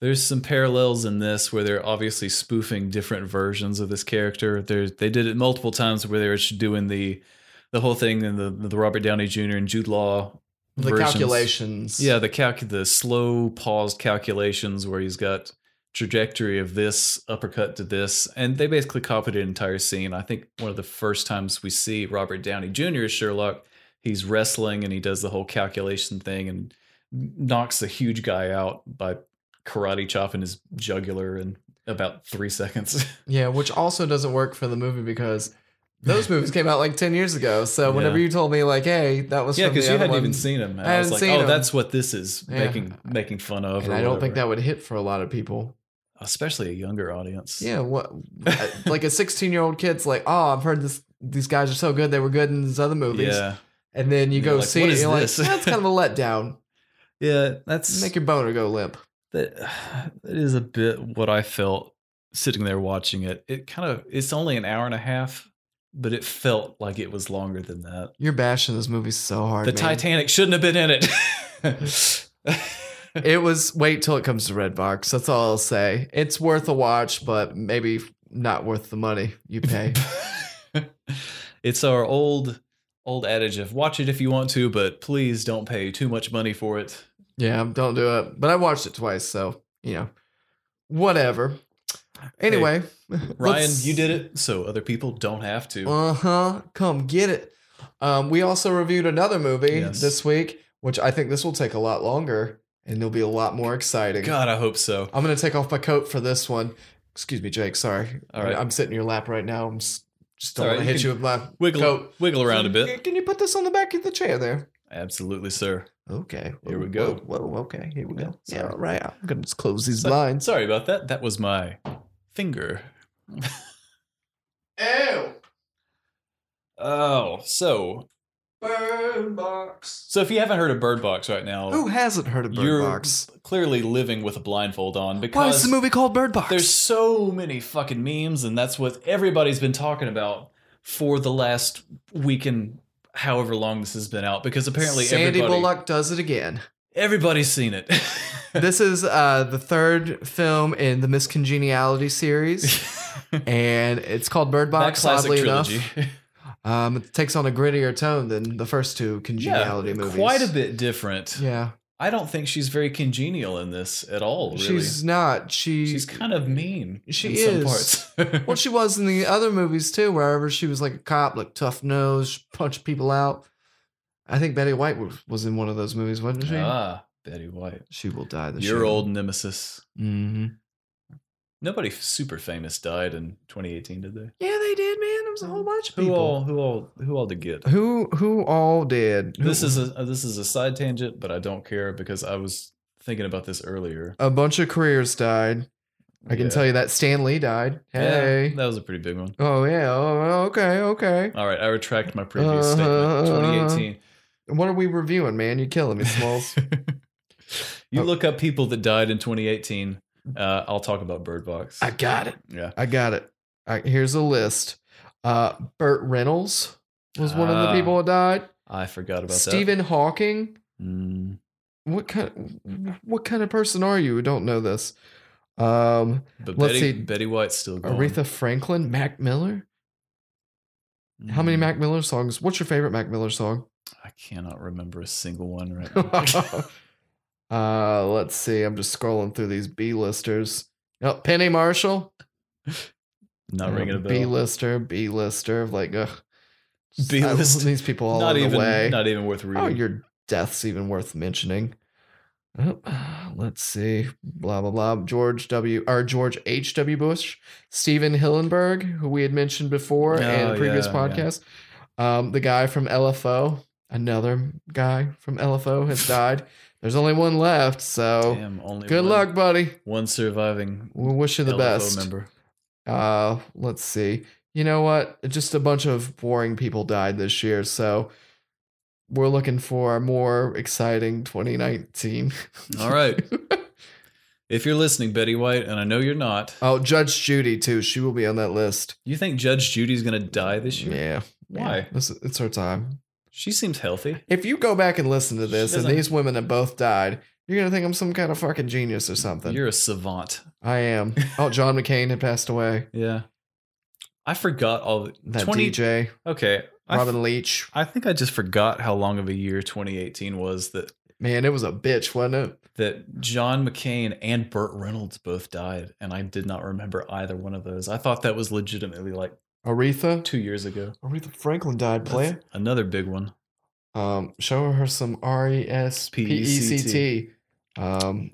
There's some parallels in this where they're obviously spoofing different versions of this character. There's they did it multiple times where they were doing the the whole thing in the the Robert Downey Jr. and Jude Law the versions. calculations. Yeah, the calc the slow paused calculations where he's got trajectory of this uppercut to this, and they basically copied an entire scene. I think one of the first times we see Robert Downey Jr. as Sherlock, he's wrestling and he does the whole calculation thing and knocks a huge guy out by karate chopping his jugular in about three seconds. Yeah, which also doesn't work for the movie because those movies came out like 10 years ago. So whenever Yeah. you told me, like, hey, that was yeah, from the because you other hadn't one, even seen him. And I I, was hadn't like, seen oh, him. that's what this is Yeah. making making fun of. and or I don't think whatever. that would hit for a lot of people. especially a younger audience. Yeah, what? like a 16 year old kid's like, oh, I've heard this. These guys are so good. They were good in these other movies. Yeah. And then you And go you're like, see "What it. is And you're this?" like, that's kind of a letdown. Yeah, that's Make your boner go limp. that that is a bit what I felt sitting there watching it. It kind of it's only an hour and a half, but it felt like it was longer than that. You're bashing this movie so hard. the man. Titanic shouldn't have been in it. It was wait till it comes to Redbox. That's all I'll say. It's worth a watch, but maybe not worth the money you pay. it's our old old adage of watch it if you want to, but please don't pay too much money for it. yeah, don't do it. But I watched it twice, so you know, whatever. Anyway, Ryan, you did it, so other people don't have to. Uh huh. Come get it. Um, we also reviewed another movie Yes. this week, which I think this will take a lot longer and it'll be a lot more exciting. God, I hope so. I'm gonna take off my coat for this one. Excuse me, Jake. Sorry. All right. I'm sitting in your lap right now. I'm s- just don't all want right, to you hit can you with my Wiggle coat. wiggle around a Can- bit. Can you put this on the back of the chair there? Absolutely, sir. Okay. Here we Whoa, go. Whoa. whoa, okay. Here we go. Yeah, Yeah. All right. I'm gonna just close these So- lines. Sorry about that. That was my finger. Ew. Oh, so Bird box. so if you haven't heard of Bird Box right now, Who hasn't heard of Bird you're Box? clearly living with a blindfold on Why is because the movie called Bird Box? There's so many fucking memes, and that's what everybody's been talking about for the last week and however long this has been out. Because apparently, Sandy everybody, Bullock does it again. everybody's seen it. this is uh, the third film in the Miss Congeniality series, and it's called Bird that Box. classic Oddly trilogy. enough, um, it takes on a grittier tone than the first two Congeniality movies. quite a bit different. Yeah, I don't think she's very congenial in this at all. Really, she's not. She she's kind of mean. She in is. some parts. well, she was in the other movies too. Wherever she was like a cop, like tough nose, punch people out. I think Betty White was- was in one of those movies, wasn't she? ah, Betty White, she will die this your year. old nemesis. hmm Nobody f- super famous died in 2018, did they? Yeah, they did, man. There was a whole bunch of Mm. Who people. all? Who all? Who all to get? Who who all did? Who- This is a uh, this is a side tangent, but I don't care because I was thinking about this earlier. a bunch of careers died. I can Yeah. tell you that Stan Lee died. Yeah, Hey. that was a pretty big one. oh yeah. Oh, okay. Okay. All right, I retract my previous Uh, statement. What are we reviewing, man? You're killing me, Smalls. 2018. you Oh. Mm. look up people that died in 2018. Uh, I'll talk about Bird Box. I got it. yeah, I got it. All right, here's a list. Uh, Burt Reynolds was one of Ah, the people who died. I forgot about Stephen Hawking. that. Mm, What kind? What kind of person are you? who Don't know this. Um, but Let's Betty, see. Betty White's still gone. Aretha Franklin, Mac Miller. How many Mm, Mac Miller songs? What's your favorite Mac Miller song? I cannot remember a single one right now. uh, let's see. I'm just scrolling through these B-listers. Oh, Penny Marshall. Not ringing a bell. B-lister, B-lister. Like, ugh. Just- I- B-list. These people all not over even the way. not even worth reading. oh, your death's even worth mentioning. Oh, let's see. Blah, blah, blah. George W. or George H.W. Bush. Steven Hillenberg, who we had mentioned before in Oh, a previous yeah, yeah. podcast. Um, the guy from LFO. Another guy from LFO has died. There's only one left, so Damn, only good one- luck, buddy. One surviving We wish you the LFO best. member. Uh, let's see. You know what? Just a bunch of boring people died this year, so we're looking for a more exciting 2019. All right. if you're listening, Betty White, and I know you're not, oh, Judge Judy too. She will be on that list. you think Judge Judy's going to die this year? Yeah. Why? Yeah, This, it's her time. She seems healthy. If you go back and listen to She this, and doesn't- these women have both died, you're gonna think I'm some kind of fucking genius or something. You're a savant. I am. Oh, John McCain had passed away. Yeah. I forgot all the That 20 DJ, Okay. I f- Robin Leach. I think I just forgot how long of a year 2018 was that Man, it was a bitch, wasn't it? that John McCain and Burt Reynolds both died and I did not remember either one of those. I thought that was legitimately like Aretha. 2 years ago. Aretha Franklin died playing. That's Another big one. Um, show her some R E S P E C T. Um,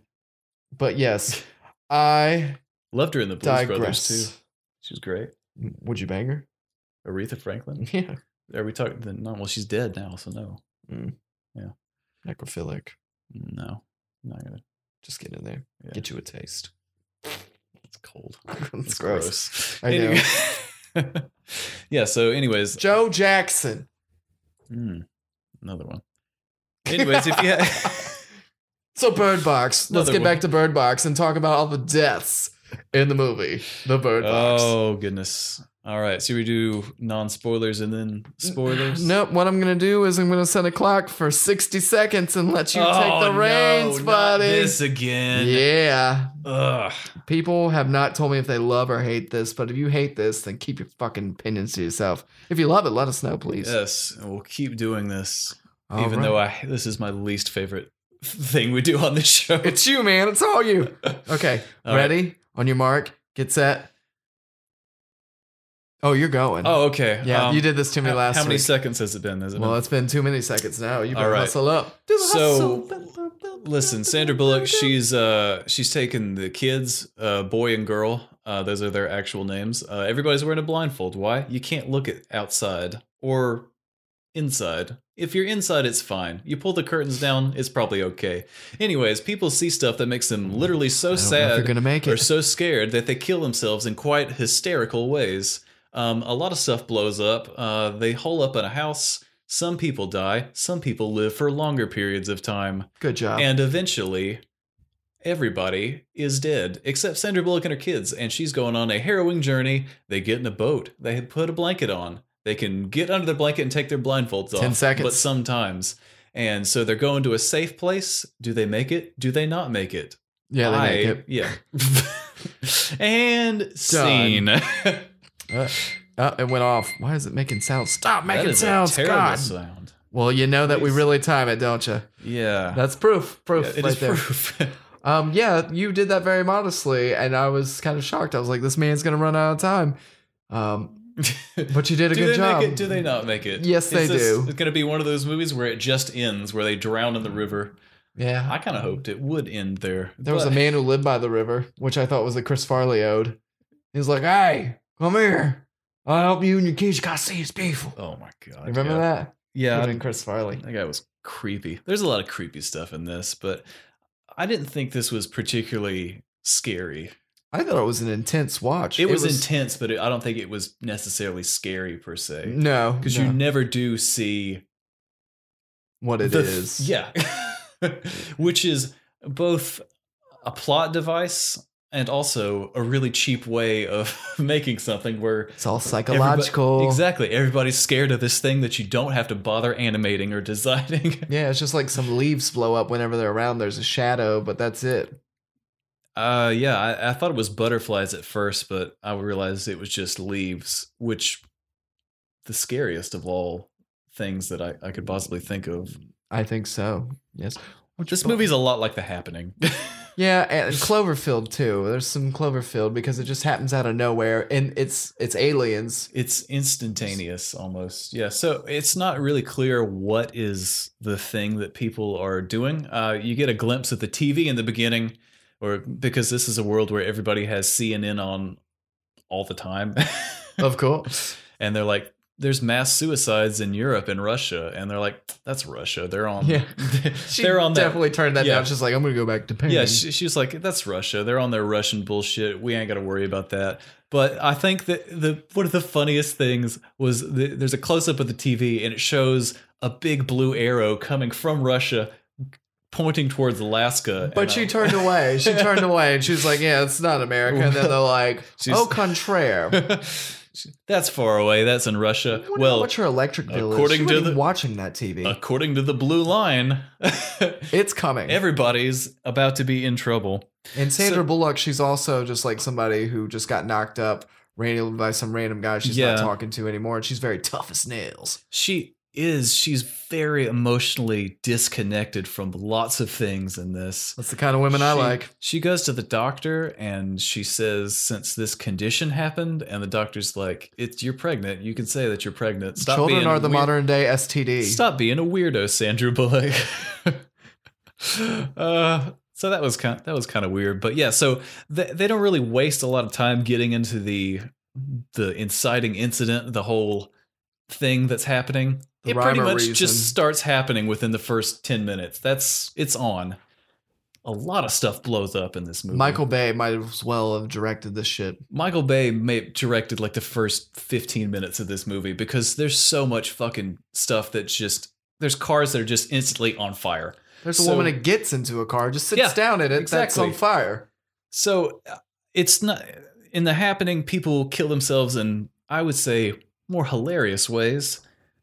but yes, I Loved her in the Blues Brothers too. digress. She was great. Would you bang her? Aretha Franklin. Yeah, Are we talking? Then no. Well, she's dead now, so no, necrophilic. no, not gonna. Just get in there, Yeah. get you a taste. It's cold. That's It's gross. gross. I know. Anyway- yeah. So, anyways, Joe Jackson. mm, another one. Anyways, if you ha- So Bird Box. Let's Another get one. back to Bird Box and talk about all the deaths in the movie, The Bird Box. oh goodness, All right, so we do non spoilers and then spoilers. Nope. What I'm gonna do is I'm gonna set a clock for 60 seconds and let you Oh, take the no, reins, not buddy. this again. yeah. Ugh. People have not told me if they love or hate this, but if you hate this, then keep your fucking opinions to yourself. If you love it, let us know, please. Yes, and we'll keep doing this, All even right. though I this is my least favorite thing we do on this show. it's you, man. It's all you. Okay, All right. ready? On your mark, get set. Oh, you're going. Oh, okay. yeah. um, you did this to me how, last How many week. seconds has it been? Has it well, been? it's been too many seconds now. You All better right. hustle up. So, listen, Sandra Bullock. She's uh, she's taken the kids, uh, boy and girl. Uh, those are their actual names. Uh, everybody's wearing a blindfold. Why? You can't look at outside or inside. If you're inside, it's fine. You pull the curtains down, it's probably okay. Anyways, people see stuff that makes them literally so Mm, I don't know if sad you're gonna make are it. so scared that they kill themselves in quite hysterical ways. Um, a lot of stuff blows up. Uh, they hole up in a house. Some people die. Some people live for longer periods of time. Good job. And eventually, everybody is dead except Sandra Bullock and her kids. And she's going on a harrowing journey. They get in a boat. They had put a blanket on. They can get under the blanket and take their blindfolds off. 10 seconds. But sometimes. And so they're going to a safe place. Do they make it? Do they not make it? yeah, they make I- it. Yeah. and scene. that Uh, uh, it went off. Why is it making sounds? Stop making is a sounds. terrible God. sound. Well, you know that we Please. really time it, don't you? Yeah. That's proof. Proof Yeah, it right is there. proof. Um, yeah, you did that very modestly, and I was kind of shocked. I was like, this man's gonna run out of time. Um, but you did a do good they job. make it? Do they not make it? Yes, they this- do. It's going to be one of those movies where it just ends, where they drown in the river. Yeah. I kind of hoped it would end there. there was a but- man who lived by the river, which I thought was a Chris Farley ode. He was like, hey, come here. I'll help you and your kids. You gotta see it's beautiful. Oh my god! You remember yeah. that? Yeah, Could've I- been Chris Farley. That guy was creepy. There's a lot of creepy stuff in this, but I didn't think this was particularly scary. I thought it was an intense watch. It, was, intense, but it, I don't think it was necessarily scary per se. No, Because no. you never do see what it the- is. Yeah. Which is both a plot device and also a really cheap way of making something where It's all everybo- psychological. exactly. Everybody's scared of this thing that you don't have to bother animating or designing. Yeah, it's just like some leaves blow up whenever they're around. There's a shadow, but that's it. Uh, yeah, I, I thought it was butterflies at first, but I realized it was just leaves, which the scariest of all things that I, I could possibly think of. I think so. Yes. This movie's a lot like The Happening. Yeah, and Cloverfield too. There's some Cloverfield because it just happens out of nowhere, and it's it's aliens. it's instantaneous almost. Yeah, so it's not really clear what is the thing that people are doing. Uh, you get a glimpse at the TV in the beginning, or because this is a world where everybody has CNN on all the time. Of course. and they're like there's mass suicides in Europe and Russia and they're like that's Russia they're on Yeah. She they're on that definitely turned that yeah. down. She's like, I'm gonna go back to Paris. yeah she, she's like that's Russia they're on their Russian bullshit we ain't got to worry about that but I think that the one of the funniest things was the, there's a close up of the TV and it shows a big blue arrow coming from Russia pointing towards Alaska but she you turned away. She turned away, and she's like, "Yeah, it's not America." And then they're like, She's- "Au contraire." that's far away that's in Russia well what's her electric bill? according According to to the- Uh, watching that TV, according to the blue line it's coming. Everybody's about to be in trouble. And Sandra So- Bullock, she's also just like somebody who just got knocked up randomly by some random guy she's Yeah. not talking to anymore, and she's very tough as nails. She is. She's very emotionally disconnected from lots of things in this. That's the kind of women I She- like. She goes to the doctor and she says, since this condition happened, and the doctor's like, "It's you're pregnant. You can say that you're pregnant. Stop Children being are the weird- modern day STD. Stop being a weirdo, Sandra Bullock. uh, so that was kind that was kind of weird, but yeah. So they, they don't really waste a lot of time getting into the the inciting incident, the whole thing that's happening. The it rhyme pretty or much reason. just starts happening within the first ten minutes. That's it's on. A lot of stuff blows up in this movie. Michael Bay might as well have directed this shit. Michael Bay may directed like the first 15 minutes of this movie because there's so much fucking stuff that's just there's cars that are just instantly on fire. There's a So- woman that gets into a car, just sits Yeah, down in it, that's exactly. on fire. So uh, it's not in the happening people kill themselves in I would say more hilarious ways.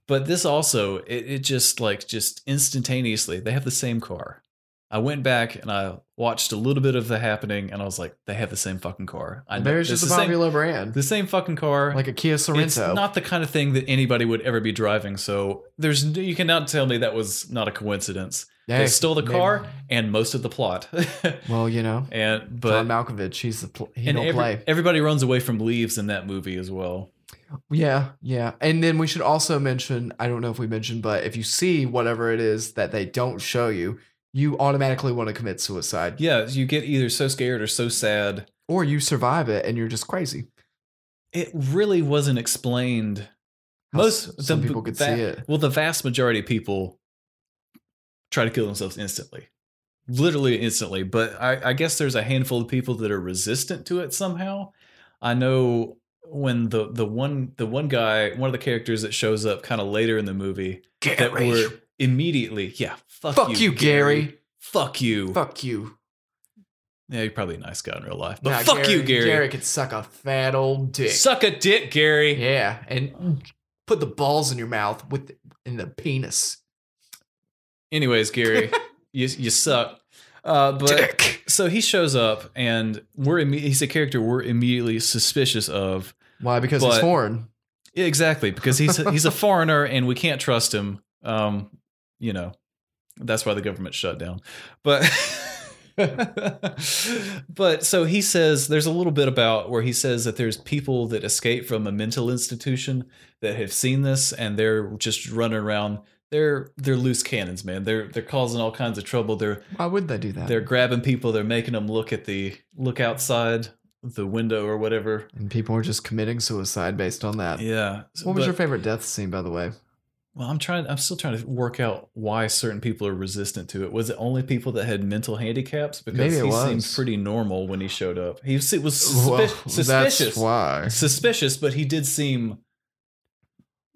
But this also, it, it just like just instantaneously, they have the same car. I went back and I watched a little bit of the happening, and I was like, they have the same fucking car. I know There's it's just a the same- popular brand, the same fucking car. like a Kia it's Sorento. not the kind of thing that anybody would ever be driving. So there's no- you cannot tell me that was not a coincidence. Hey, they stole the maybe- car and most of the plot. Well, you know, and but John Malkovich, he's the pl- he and don't every- play. everybody runs away from leaves in that movie as well. Yeah, yeah. And then we should also mention I don't know if we mentioned, but if you see whatever it is that they don't show you, you automatically want to commit suicide. Yeah, you get either so scared or so sad. Or you survive it and you're just crazy. It really wasn't explained. How Most s- some the people could va- see it. Well, the vast majority of people try to kill themselves instantly, literally instantly. But I, I guess there's a handful of people that are resistant to it somehow. I know when the the one the one guy, one of the characters that shows up kind of later in the movie, that were immediately, yeah, fuck, Fuck you, Gary. Fuck you. Fuck you. Yeah, you're probably a nice guy in real life, but Nah, fuck you, Gary. Gary could suck a fat old dick. Suck a dick, Gary. yeah, and put the balls in your mouth with in the penis. Anyways, Gary, you you suck. Uh, but Dick. so he shows up, and we're imme- he's a character we're immediately suspicious of. Why? Because he's But- foreign. Yeah, exactly, because he's he's a foreigner, and we can't trust him. Um, you know, that's why the government shut down. But but so he says there's a little bit about where he says that there's people that escape from a mental institution that have seen this, and they're just running around. They're they're loose cannons, man. They're they're causing all kinds of trouble. They're Why would they do that? they're grabbing people they're making them look at the look outside the window or whatever and people are just committing suicide based on that. yeah What was But- your favorite death scene, by the way? well i'm trying i'm still trying to work out why certain people are resistant to it was it only people that had mental handicaps because Maybe it he was. seemed pretty normal when he showed up he was, was Well, suspi- That's suspicious why. suspicious but he did seem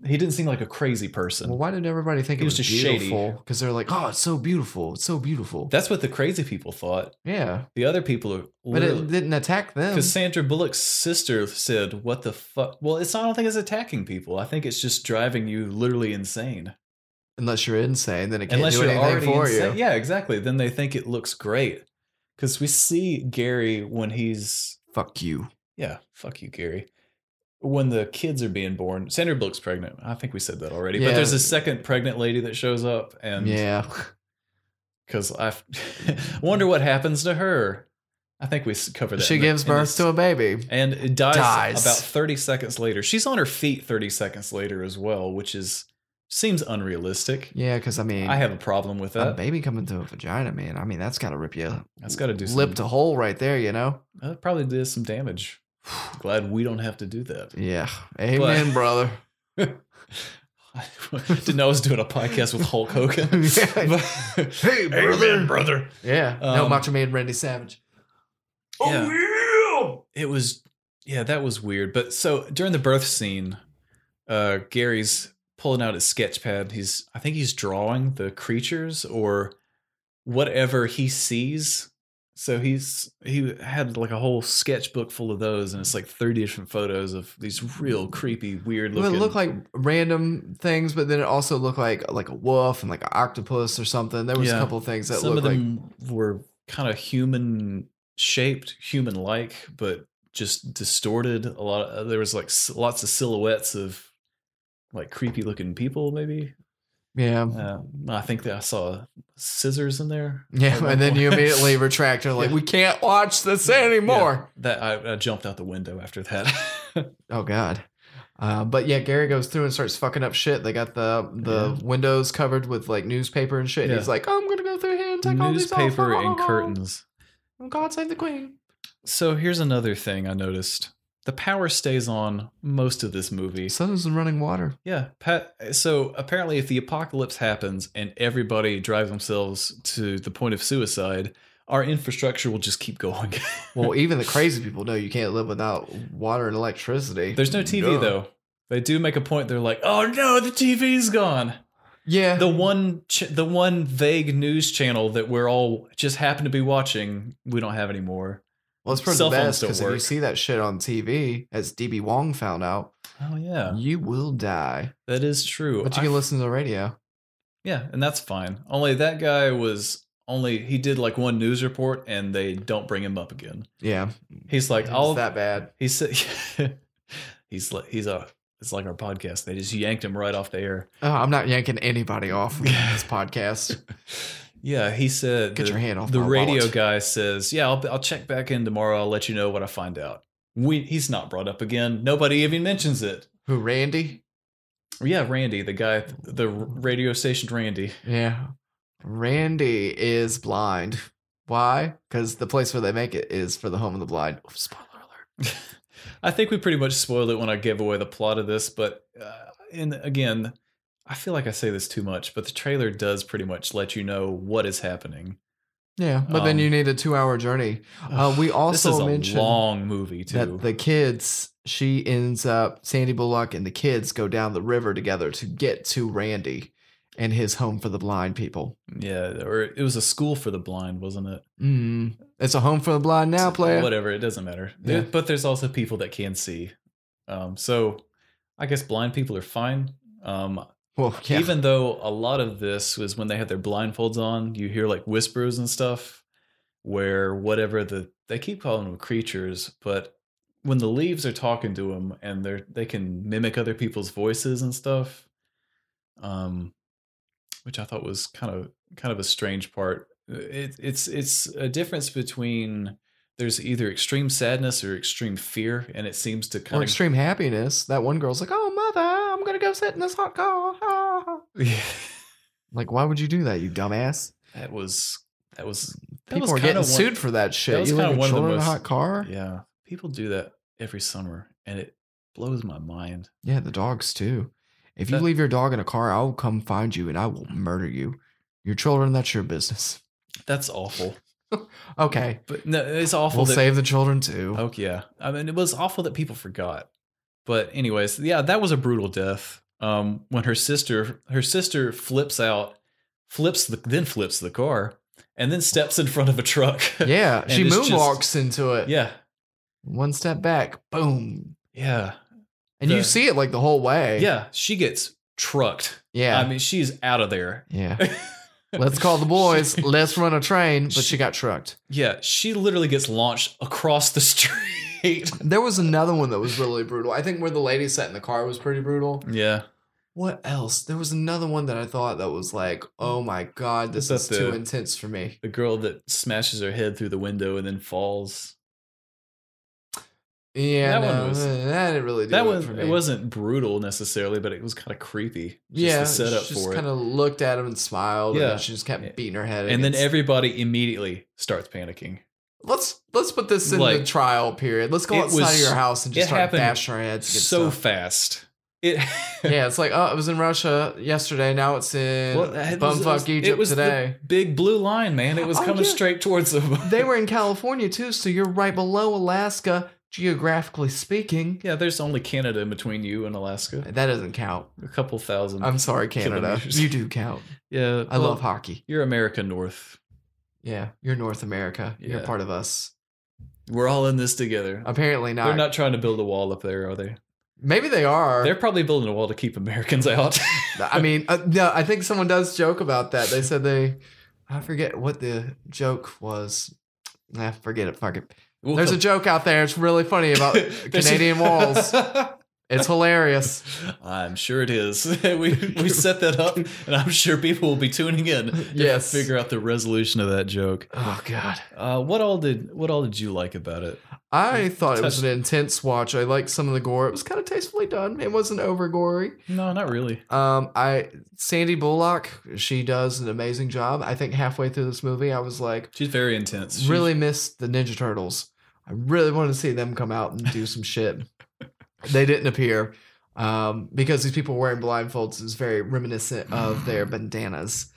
he didn't seem like a crazy person Well, why did everybody think He it was, was just shady. beautiful? Because they're like, oh, it's so beautiful. It's so beautiful. that's what the crazy people thought yeah. the other people are But literally- it didn't attack them. Because Sandra Bullock's sister said, "What the fuck?" Well, it's I don't think it's attacking people. I think it's just driving you literally insane. Unless you're insane, then it can't Unless do you're anything already for insane. you. Yeah, exactly. Then they think it looks great. Because we see Gary when he's Fuck you. yeah, fuck you, Gary. When the kids are being born, Sandra Bullock's pregnant. I think we said that already. Yeah. But there's a second pregnant lady that shows up, and yeah. because I wonder what happens to her. I think we s- covered that. She in the- gives in the birth to a baby. and it dies, Dies. about 30 seconds later. She's on her feet 30 seconds later as well, which is seems unrealistic. Yeah, because I mean, I have a problem with a that. baby coming to a vagina, man. I mean, that's got to rip you. That's gotta do lip some- to hole right there, you know? That probably did some damage. Glad we don't have to do that. Yeah. Amen, brother. I didn't know I was doing a podcast with Hulk Hogan. Yeah. But- Hey, brother. Amen, brother. Yeah. no, Um, Macho Man Randy Savage. Oh, yeah. It was, yeah, that was weird. But so during the birth scene, uh, Gary's pulling out his sketch pad. He's, I think he's drawing the creatures or whatever he sees. So he's, he had like a whole sketchbook full of those. And it's like 30 different photos of these real creepy, weird Well, looking. It looked like random things, but then it also looked like like a wolf and like an octopus or something. There was a Yeah. couple of things that some looked of like them were kind of human shaped, human like, but just distorted. A lot. Of, uh, there was like s- lots of silhouettes of like creepy looking people. Maybe yeah. uh, I think that I saw scissors in there. Yeah, at one and then you point. immediately retract. You're like, Yeah. we can't watch this Yeah, anymore. that I, I jumped out the window after that. Oh God. Uh, but yeah, Gary goes through and starts fucking up shit. They got the the windows covered with like newspaper and shit. Yeah. He's like, I'm gonna go through here and take all these off. Oh, Newspaper and curtains. God save the queen. So here's another thing I noticed. The power stays on most of this movie. Sun is in running water. Yeah, Pat. eh, So apparently, if the apocalypse happens and everybody drives themselves to the point of suicide, our infrastructure will just keep going. Well, even the crazy people know you can't live without water and electricity. There's no TV Duh. though. They do make a point. They're like, "Oh no, the TV's gone." Yeah. The one, ch- the one vague news channel that we're all just happen to be watching, we don't have anymore. Well, it's probably Cell the phones best don't because if you work. see that shit on TV, as DB Wong found out, Oh yeah, You will die. that is true. But you I can listen to the radio. Yeah, and that's fine. Only that guy was only he did like one news report and they don't bring him up again. Yeah. He's like, It's I'll that bad. he said he's like he's a it's like our podcast. They just yanked him right off the air. Oh, I'm not yanking anybody off of this podcast. Yeah, he said Get the, your hand off the my radio wallet. guy says, "Yeah, I'll I'll check back in tomorrow. I'll let you know what I find out." We he's not brought up again. Nobody even mentions it. Who, Randy? Yeah, Randy, the guy, the radio station Randy. Yeah. Randy is blind. Why? Because the place where they make it is for the home of the blind. Oof, spoiler alert. I think we pretty much spoiled it when I gave away the plot of this, but uh, and again, I feel like I say this too much, but the trailer does pretty much let you know what is happening. Yeah. But then Um, you need a two hour journey. Uh, we this also is a mentioned long movie too. that the kids, she ends up, Sandy Bullock and the kids go down the river together to get to Randy and his home for the blind people. yeah, or it was a school for the blind, wasn't it? Mm. It's a home for the blind now, player. Whatever, it doesn't matter. There- Yeah. but there's also people that can see. Um, so I guess blind people are fine. Um, Well, yeah. Even though a lot of this was when they had their blindfolds on, you hear like whispers and stuff where whatever the they keep calling them creatures, but when the leaves are talking to them and they're they can mimic other people's voices and stuff. Um which I thought was kind of kind of a strange part. It, it's it's a difference between there's either extreme sadness or extreme fear, and it seems to kind or of extreme happiness. That one girl's like, "Oh, mother, I'm gonna go sit in this hot car." Ah." Like, why would you do that, you dumbass? that was that was that People was are kinda getting one- sued for that shit. that was you leave kinda your one of the children in a most- hot car. Yeah. Yeah, people do that every summer, and it blows my mind. the dogs too. If you That- leave your dog in a car, I'll come find you and I will murder you. Your children, that's your business. That's awful. Okay, But no, it's awful. we'll that, save the children too. Oh yeah, I mean it was awful that people forgot. But anyways, yeah, that was a brutal death. Um, when her sister, her sister flips out, flips the then flips the car, and then steps in front of a truck. Yeah, And she it's just- moonwalks into it. yeah, one step back, boom, yeah, and The- you see it like the whole way. yeah. She gets trucked. yeah, I mean, she's out of there. yeah. Let's call the boys. Let's run a train. But she got trucked. Yeah, she literally gets launched across the street. There was another one that was really brutal. I think where the lady sat in the car was pretty brutal. yeah. What else? There was another one that I thought that was like, oh my god, this Is is that too the- intense for me. the girl that smashes her head through the window and then falls. Yeah, That one no, was- that didn't really do that it was for it me. wasn't brutal necessarily, but it was kind of creepy. Just yeah, the setup she just for it. kind of looked at him and smiled, and Yeah. then she just kept beating her head. and then against- everybody immediately starts panicking. let's let's put this in the Like, trial period. Let's go it outside was- of your house and just it start happened bashing our heads. against So stuff. fast. It yeah, it's like oh, it was in Russia yesterday. Now it's in Well, it was- it bumfuck was- it Egypt was the today. big blue line, man. It was Oh, coming yeah. straight towards them. they were in California too, so you're right below Alaska, geographically speaking. Yeah, there's only Canada in between you and Alaska. That doesn't count. A couple thousand. I'm sorry, Canada. Kilometers. You do count. yeah. I well, love hockey. You're America North. Yeah, you're North America. You're Yeah. part of us. We're all in this together. Apparently not. They're not trying to build a wall up there, are they? Maybe they are. They're probably building a wall to keep Americans out. I mean, uh, no, I think someone does joke about that. They said they, I forget what the joke was. I forget it. Fuck it. We'll There's a come- joke out there. It's really funny about There's a- Canadian walls. It's hilarious. I'm sure it is. we we set that up, and I'm sure people will be tuning in. if they Yes. figure out the resolution of that joke. Oh God. Uh, what all did what all did you like about it? I thought it was touched- an intense watch. I liked some of the gore. It was kind of tastefully done. It wasn't over gory. No, not really. Um, I Sandy Bullock, she does an amazing job. I think halfway through this movie, I was like, She's very intense. She's- really missed the Ninja Turtles. I really wanted to see them come out and do some shit. They didn't appear um, because these people wearing blindfolds is very reminiscent of their bandanas.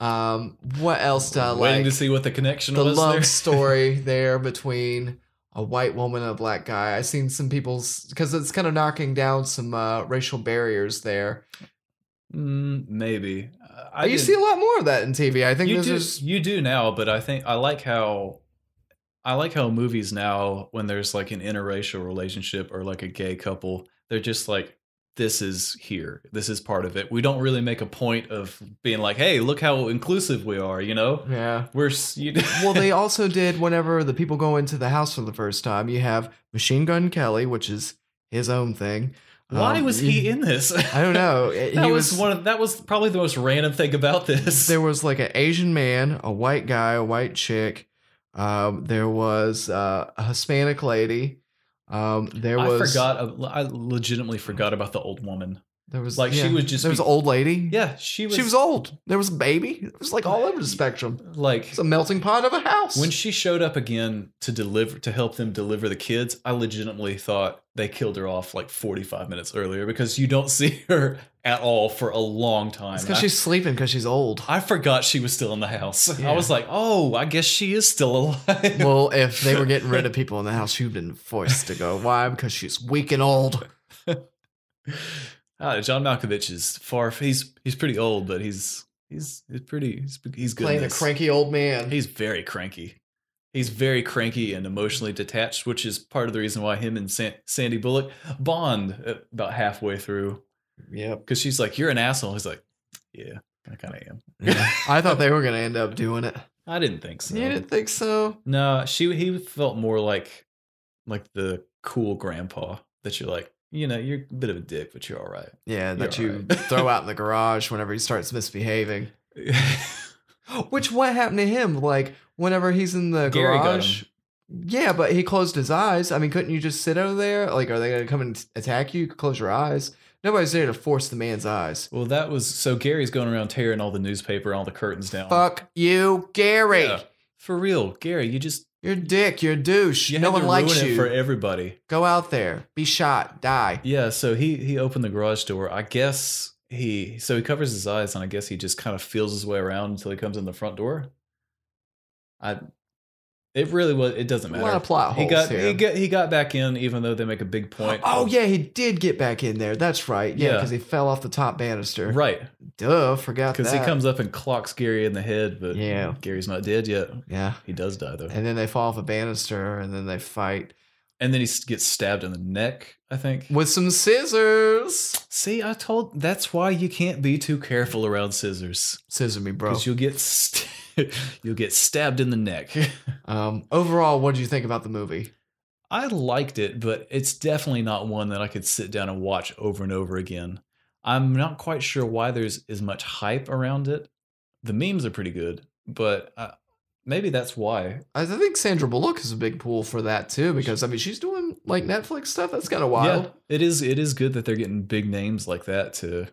Um, what else did I waiting like? to see what the connection the was. love there. story there between a white woman and a black guy. I've seen some people's because it's kind of knocking down some uh, racial barriers there. Mm, maybe. Uh, I you didn't- see a lot more of that in TV. I think you this do, is you do now, but I think I like how I like how movies now when there's like an interracial relationship or like a gay couple They're just like, this is here. This is part of it. We don't really make a point of being like, hey, look how inclusive we are. You know, Yeah. we're s- you Well, they also did whenever the people go into the house for the first time, you have Machine Gun Kelly, which is his own thing. Why Um, was he in this? I don't know. It- That he was, one of that was probably the most random thing about this. There was like an Asian man, a white guy, a white chick. Um, there was uh, a Hispanic lady. Um, there I was forgot. I legitimately forgot about the old woman. There was Like, she yeah, would just there was be- an old lady. Yeah, she was. she was old. There was a baby. It was like all over the spectrum. like It's a melting pot of a house. when she showed up again to deliver to help them deliver the kids. I legitimately thought they killed her off like forty five minutes earlier because you don't see her at all for a long time. it's because I- she's sleeping because she's old. I forgot she was still in the house. Yeah. I was like, oh, I guess she is still alive. well, if they were getting rid of people in the house, she'd been forced to go. Why? Because she's weak and old. Ah, John Malkovich is far. He's he's pretty old, but he's he's he's pretty. He's, he's good. in Playing a this. cranky old man. He's very cranky. He's very cranky and emotionally detached, which is part of the reason why him and San- Sandy Bullock bond uh, about halfway through yep. because she's like, "You're an asshole." He's like, "Yeah, I kind of am." I thought they were gonna end up doing it. I didn't think so. You didn't think so? No, she he felt more like like the cool grandpa that you're like, you know, you're a bit of a dick, but you're all right. Yeah, that You're you right. throw out in the garage whenever he starts misbehaving. Which what happened to him? Like whenever he's in the Gary got garage. Yeah, but he closed his eyes. I mean, couldn't you just sit over there? Like, are they gonna come and attack you? Close your eyes. Nobody's there to force the man's eyes. well, that was so Gary's going around tearing all the newspaper, all the curtains down. Fuck you, Gary. Yeah. For real, Gary, you just You're a dick. You're a douche. you no had one to likes ruin you. it for everybody. Go out there. Be shot. Die. Yeah, so he he opened the garage door. I guess he so he covers his eyes and I guess he just kind of feels his way around until he comes in the front door. I it really was it doesn't A matter. lot of plot he holes got here. he got he got back in even though they make a big point. oh of- yeah, he did get back in there. That's right. Yeah, Yeah. because he fell off the top banister. Right. Duh. Forgot Because that. he comes up and clocks Gary in the head, but Yeah. Gary's not dead yet. Yeah. He does die though. And then they fall off a banister, and then they fight And then he s- gets stabbed in the neck, I think. with some scissors. See, I told that's why you can't be too careful around scissors. Scissor me, bro. Because you'll get st- you'll get stabbed in the neck. Um, overall, what did you think about the movie? I liked it, but it's definitely not one that I could sit down and watch over and over again. I'm not quite sure why there's as much hype around it. The memes are pretty good, but uh, maybe that's why. I think Sandra Bullock is a big pull for that too, because I mean she's doing like Netflix stuff. That's kind of wild. Yeah, it is. It is good that they're getting big names like that to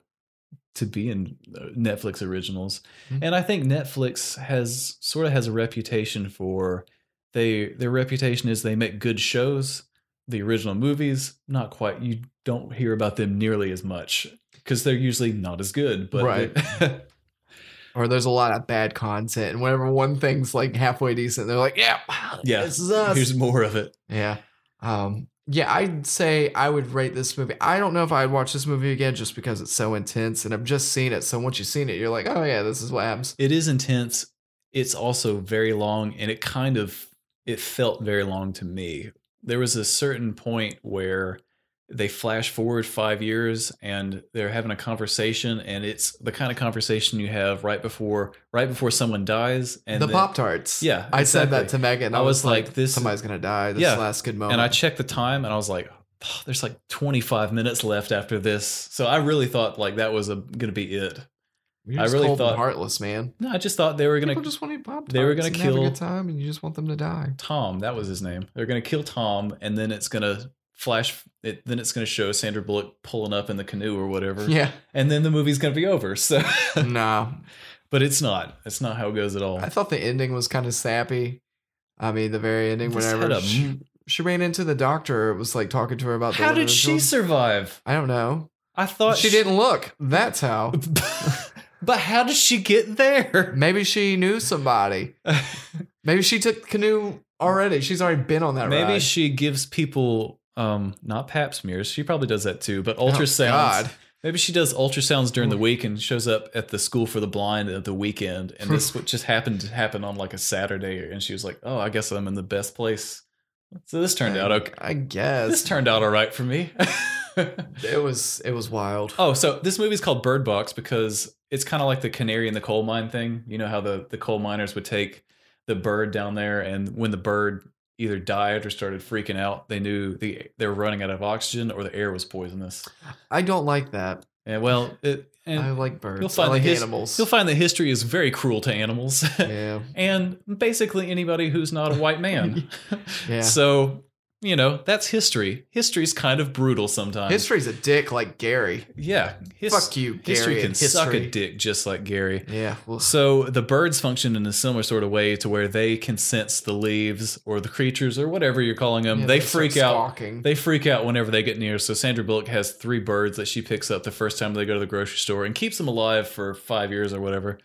to be in uh, Netflix originals, Mhm. and I think Netflix has sort of has a reputation for they their reputation is they make good shows. The original movies, not quite. You don't hear about them nearly as much because they're usually not as good. But Right. they- Or there's a lot of bad content, and whenever one thing's like halfway decent, they're like, "Yeah, yeah, this is us." here's more of it. Yeah. Um, yeah, I'd say I would rate this movie. I don't know if I'd watch this movie again just because it's so intense and I've just seen it. So once you've seen it, you're like, oh, yeah, this is what happens. it is intense it's also very long and it kind of it felt very long to me there was a certain point where they flash forward five years and they're having a conversation and it's the kind of conversation you have right before right before someone dies and the then- Pop Tarts. Yeah, I said that to exactly. Megan. I, I was, was like, like, this- somebody's going to die. This Yeah. last good moment. and i checked the time and i was like "Oh, there's like 25 minutes left after this so i really thought like that was a, gonna be it You're I just really cold and thought heartless, man. no i just thought they were gonna People just want to eat Pop Tarts. they were gonna and have a kill- good time and you just want them to die. Tom, that was his name. They're gonna kill Tom, and then it's gonna flash. It, then it's gonna show Sandra Bullock pulling up in the canoe or whatever. Yeah. And then the movie's gonna be over. So, no. but it's not. It's not how it goes at all. I thought the ending was kind of sappy. I mean, the very ending, This whenever had a- she, she ran into the doctor, it was like talking to her about the how women did and she children. survive? I don't know. I thought she, didn't look. That's how. but how did she get there? Maybe she knew somebody. Maybe she took the canoe already. She's already been on that Maybe ride. she gives people um not pap smears. She probably does that too. But Oh, ultrasounds. God. Maybe she does ultrasounds during the week and shows up at the school for the blind at the weekend. And this what just happened to happen on like a Saturday. And she was like, oh, I guess I'm in the best place. So this turned out okay. I guess. This turned out all right for me. It was it was wild. oh, so this movie's called Bird Box because it's kind of like the canary in the coal mine thing. You know how the, the coal miners would take the bird down there, and when the bird either died or started freaking out, they knew the they were running out of oxygen or the air was poisonous. I don't like that. And well, it, and I like birds. you'll find I like the his- animals. you'll find that history is very cruel to animals. yeah, and basically anybody who's not a white man. yeah. So, you know, that's history. History's kind of brutal sometimes. History's a dick, like Gary. Yeah. His- Fuck you, Gary. History can and suck a history. dick just like Gary. Yeah. Well, So the birds function in a similar sort of way to where they can sense the leaves or the creatures or whatever you're calling them. yeah, they start freak out. squawking. They freak out whenever they get near. So Sandra Bullock has three birds that she picks up the first time they go to the grocery store and keeps them alive for five years or whatever.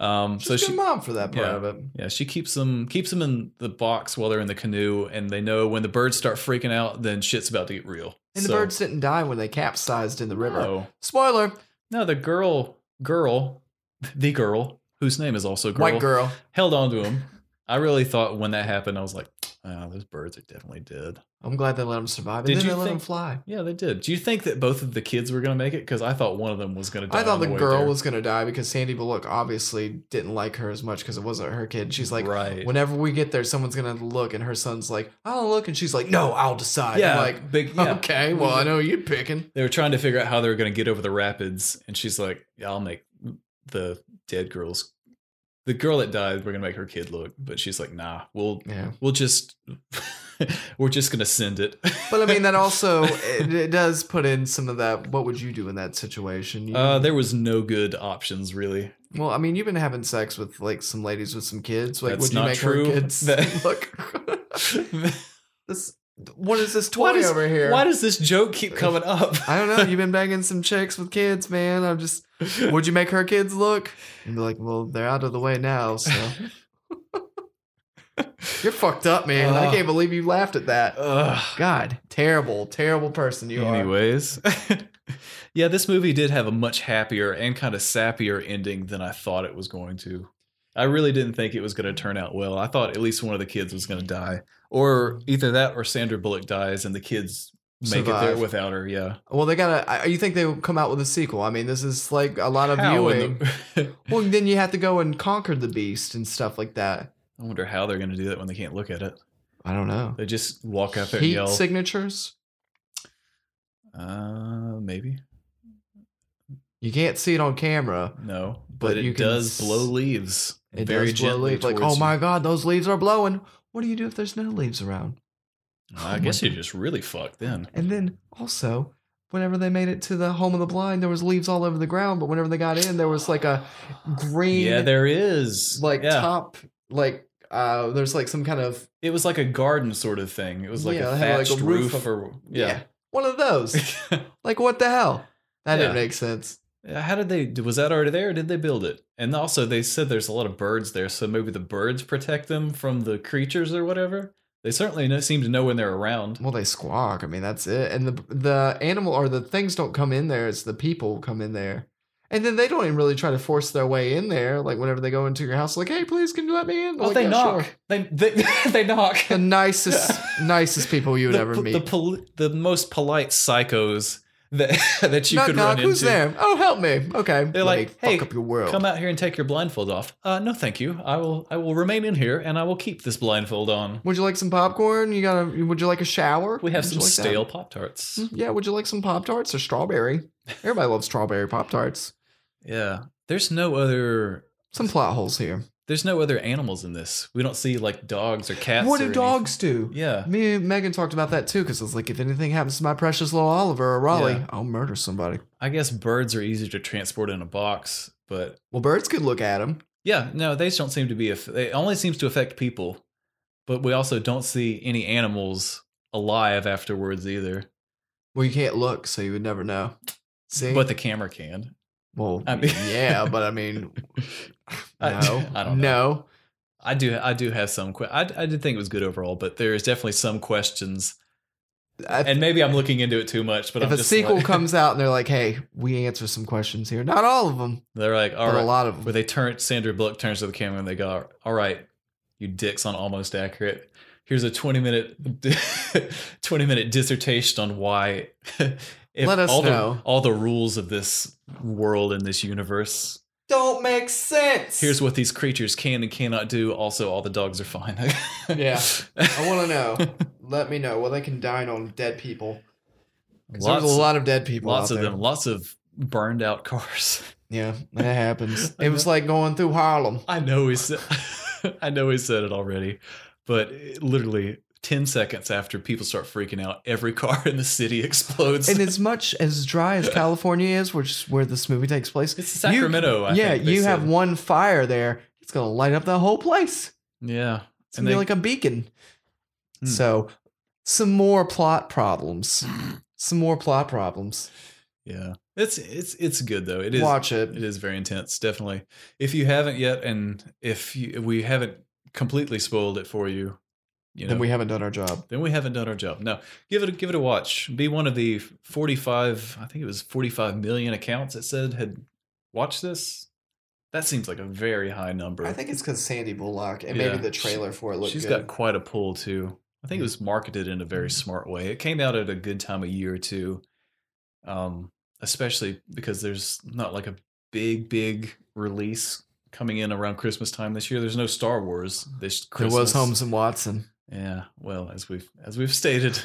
Um, She's so a good she mom for that part Yeah. of it. yeah, she keeps them keeps them in the box while they're in the canoe, and they know when the birds start freaking out, then shit's about to get real. And So- Oh. the birds didn't die when they capsized in the river. No, Spoiler: no, the girl, girl, the girl whose name is also girl, white girl. held on to him. I really thought when that happened, I was like, oh, those birds are definitely dead. I'm glad they let them survive. And Did then you they let them think- fly. Yeah, they did. Do you think that both of the kids were gonna make it? Because I thought one of them was gonna. die I thought on the way girl there. was gonna die because Sandy Bullock obviously didn't like her as much because it wasn't her kid. She's like, right. whenever we get there, someone's gonna look, and her son's like, I'll look, and she's like, No, I'll decide. yeah, I'm like big. Yeah. okay, well, I know you're picking. they were trying to figure out how they were going to get over the rapids and she's like yeah, i'll make the dead girls the girl that died we're going to make her kid look but she's like nah we'll Yeah, we'll just we're just going to send it but I mean that also it, it does put in some of that. What would you do in that situation? You- uh, there was no good options really well, I mean, you've been having sex with like some ladies with some kids. Like, That's would you not make true. her kids That- look? this, what is this Why toy does- over here? why does this joke keep coming up I don't know. You've been banging some chicks with kids, man. I'm just. Would you make her kids look? And be like, well, they're out of the way now, so. You're fucked up, man. I Ugh. can't believe you laughed at that. Ugh. God, terrible, terrible person you are. anyways yeah this movie did have a much happier and kind of sappier ending than i thought it was going to i really didn't think it was going to turn out well i thought at least one of the kids was going to die or either that or sandra bullock dies and the kids make it there Survive. without her yeah Well, they gotta. I- You think they will come out with a sequel? I mean, this is like a lot of How in viewing. the- Well, then you have to go and conquer the beast and stuff like that. i wonder how they're going to do that when they can't look at it I don't know. they just walk out there and Heat yell signatures. uh maybe You can't see it on camera. no but, But it you can does s- blow leaves It very does blow gently leaves. Like, towards oh you. my god, those leaves are blowing. What do you do if there's no leaves around? i guess you're just really fucked then And then also, whenever they made it to the home of the blind, there was leaves all over the ground. But whenever they got in, there was like a green, yeah there is like yeah. top, like uh, there's like some kind of It was like a garden sort of thing. It was like Yeah, a it had like thatched a roof, roof of- or yeah. one of those. like what the hell? That didn't Yeah. make sense. How did they? Was that already there? or Did they build it? And also, they said there's a lot of birds there, so maybe the birds protect them from the creatures or whatever. They certainly know, seem to know when they're around. Well, they squawk. I mean, that's it. And the the animal or the things don't come in there. It's the people come in there. And then they don't even really try to force their way in there. Like whenever they go into your house, like, "Hey, please, can you let me in?" Well, like, Oh, they "Yeah, knock. sure." They they, they knock. The nicest, nicest people you would the, ever pol- meet. The, pol- the most polite psychos that that you knock, could knock, run who's into. there? Oh, help me. Okay. They're Let like, me "Hey, fuck up your world. Come out here and take your blindfold off. Uh, no, thank you. I will. I will remain in here, and I will keep this blindfold on. Would you like some popcorn? You got to Would you like a shower? We have Would some you like that? stale Pop Tarts. Mm, Yeah. Would you like some pop tarts or strawberry? Everybody loves strawberry pop tarts. Yeah. There's no other Some plot holes here. there's no other animals in this. We don't see like dogs or cats. what or do any- dogs do? Yeah. Me and Megan talked about that too because I was like, if anything happens to my precious little Oliver or Raleigh, Yeah. I'll murder somebody. I guess birds are easier to transport in a box, but Well, birds could look at him. yeah, no, they just don't seem to be aff- it only seems to affect people. But we also don't see any animals alive afterwards either. Well, you can't look, so you would never know. See? But the camera can. well, I mean- yeah, but I mean, I- no, I don't know. I do I do have some que- I I did think it was good overall, but there is definitely some questions. No, I And maybe I'm looking into it too much, but if I'm a just sequel like- comes out and they're like, "Hey, we answer some questions here," not all of them, they're like, all but right, a lot of where them. they turn Sandra Bullock turns to the camera and they go, "All right, you dicks on almost accurate. Here's a 20 minute 20 minute dissertation on why If Let us all know. the all the rules of this world and this universe. Don't make sense. Here's what these creatures can and cannot do. Also, all the dogs are fine. Yeah. I want to know. Let me know. Well, they can dine on dead people. 'Cause Lots, there's a lot of dead people. lots out of there. them. Lots of burned out cars. Yeah, that happens. I It was like going through Harlem. I know he said, I know he said it already, but it- literally ten seconds after people start freaking out, every car in the city explodes. And as much as dry as California is, which is where this movie takes place, It's you- Sacramento, I yeah, think they you have said. one fire there. It's gonna light up the whole place. yeah, It's and gonna they, be like a beacon. Hmm. So, some more plot problems. some more plot problems. yeah, it's it's it's good though. It is Watch it. it is very intense, definitely. If you haven't yet, and if, you, if we haven't completely spoiled it for you, you know, Then we haven't done our job. then we haven't done our job. No, give it a, give it a watch. Be one of the 45, I think it was 45 million accounts that said had watched this. That seems like a very high number. I think it's because Sandy Bullock and Yeah. maybe the trailer for it looked she's good. Mm-hmm. got quite a pull too. I think it was marketed in a very smart way. It came out at a good time of year too, um, especially because there's not like a big big release coming in around Christmas time this year. There's no Star Wars this there Christmas. was Holmes and Watson. Yeah, well, as we've as we've stated,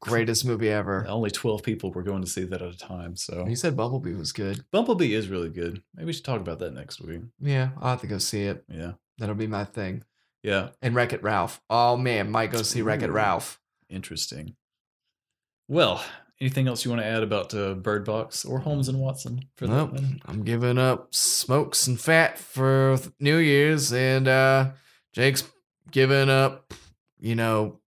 Greatest movie ever. only 12 people were going to see that at a time. So He said Bumblebee was good. Bumblebee is really good. Maybe we should talk about that next week. Yeah, I'll have to go see it. Yeah. That'll be my thing. Yeah. And Wreck It Ralph. Oh man, might go see Wreck It Ooh. Ralph. Interesting. Well, anything else you want to add about uh, Bird Box or Holmes and Watson for Nope. that one? I'm giving up smokes and fat for th- New Year's, and uh Jake's giving up, you know,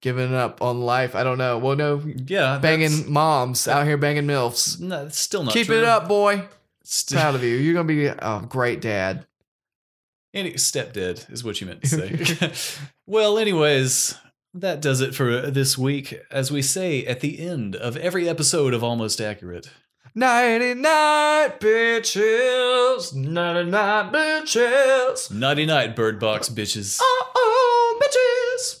giving up on life. I don't know. Well, no, Yeah. banging moms out here banging milfs. that's- No, it's still not Keep true. it up, boy. Still, Proud of you. You're gonna be a great dad. Any stepdad is what you meant to say. well, anyways, that does it for uh, this week. As we say at the end of every episode of Almost Accurate, Nighty night, bitches. Nighty night, bitches. nighty night, Bird Box bitches. Oh, oh, bitches.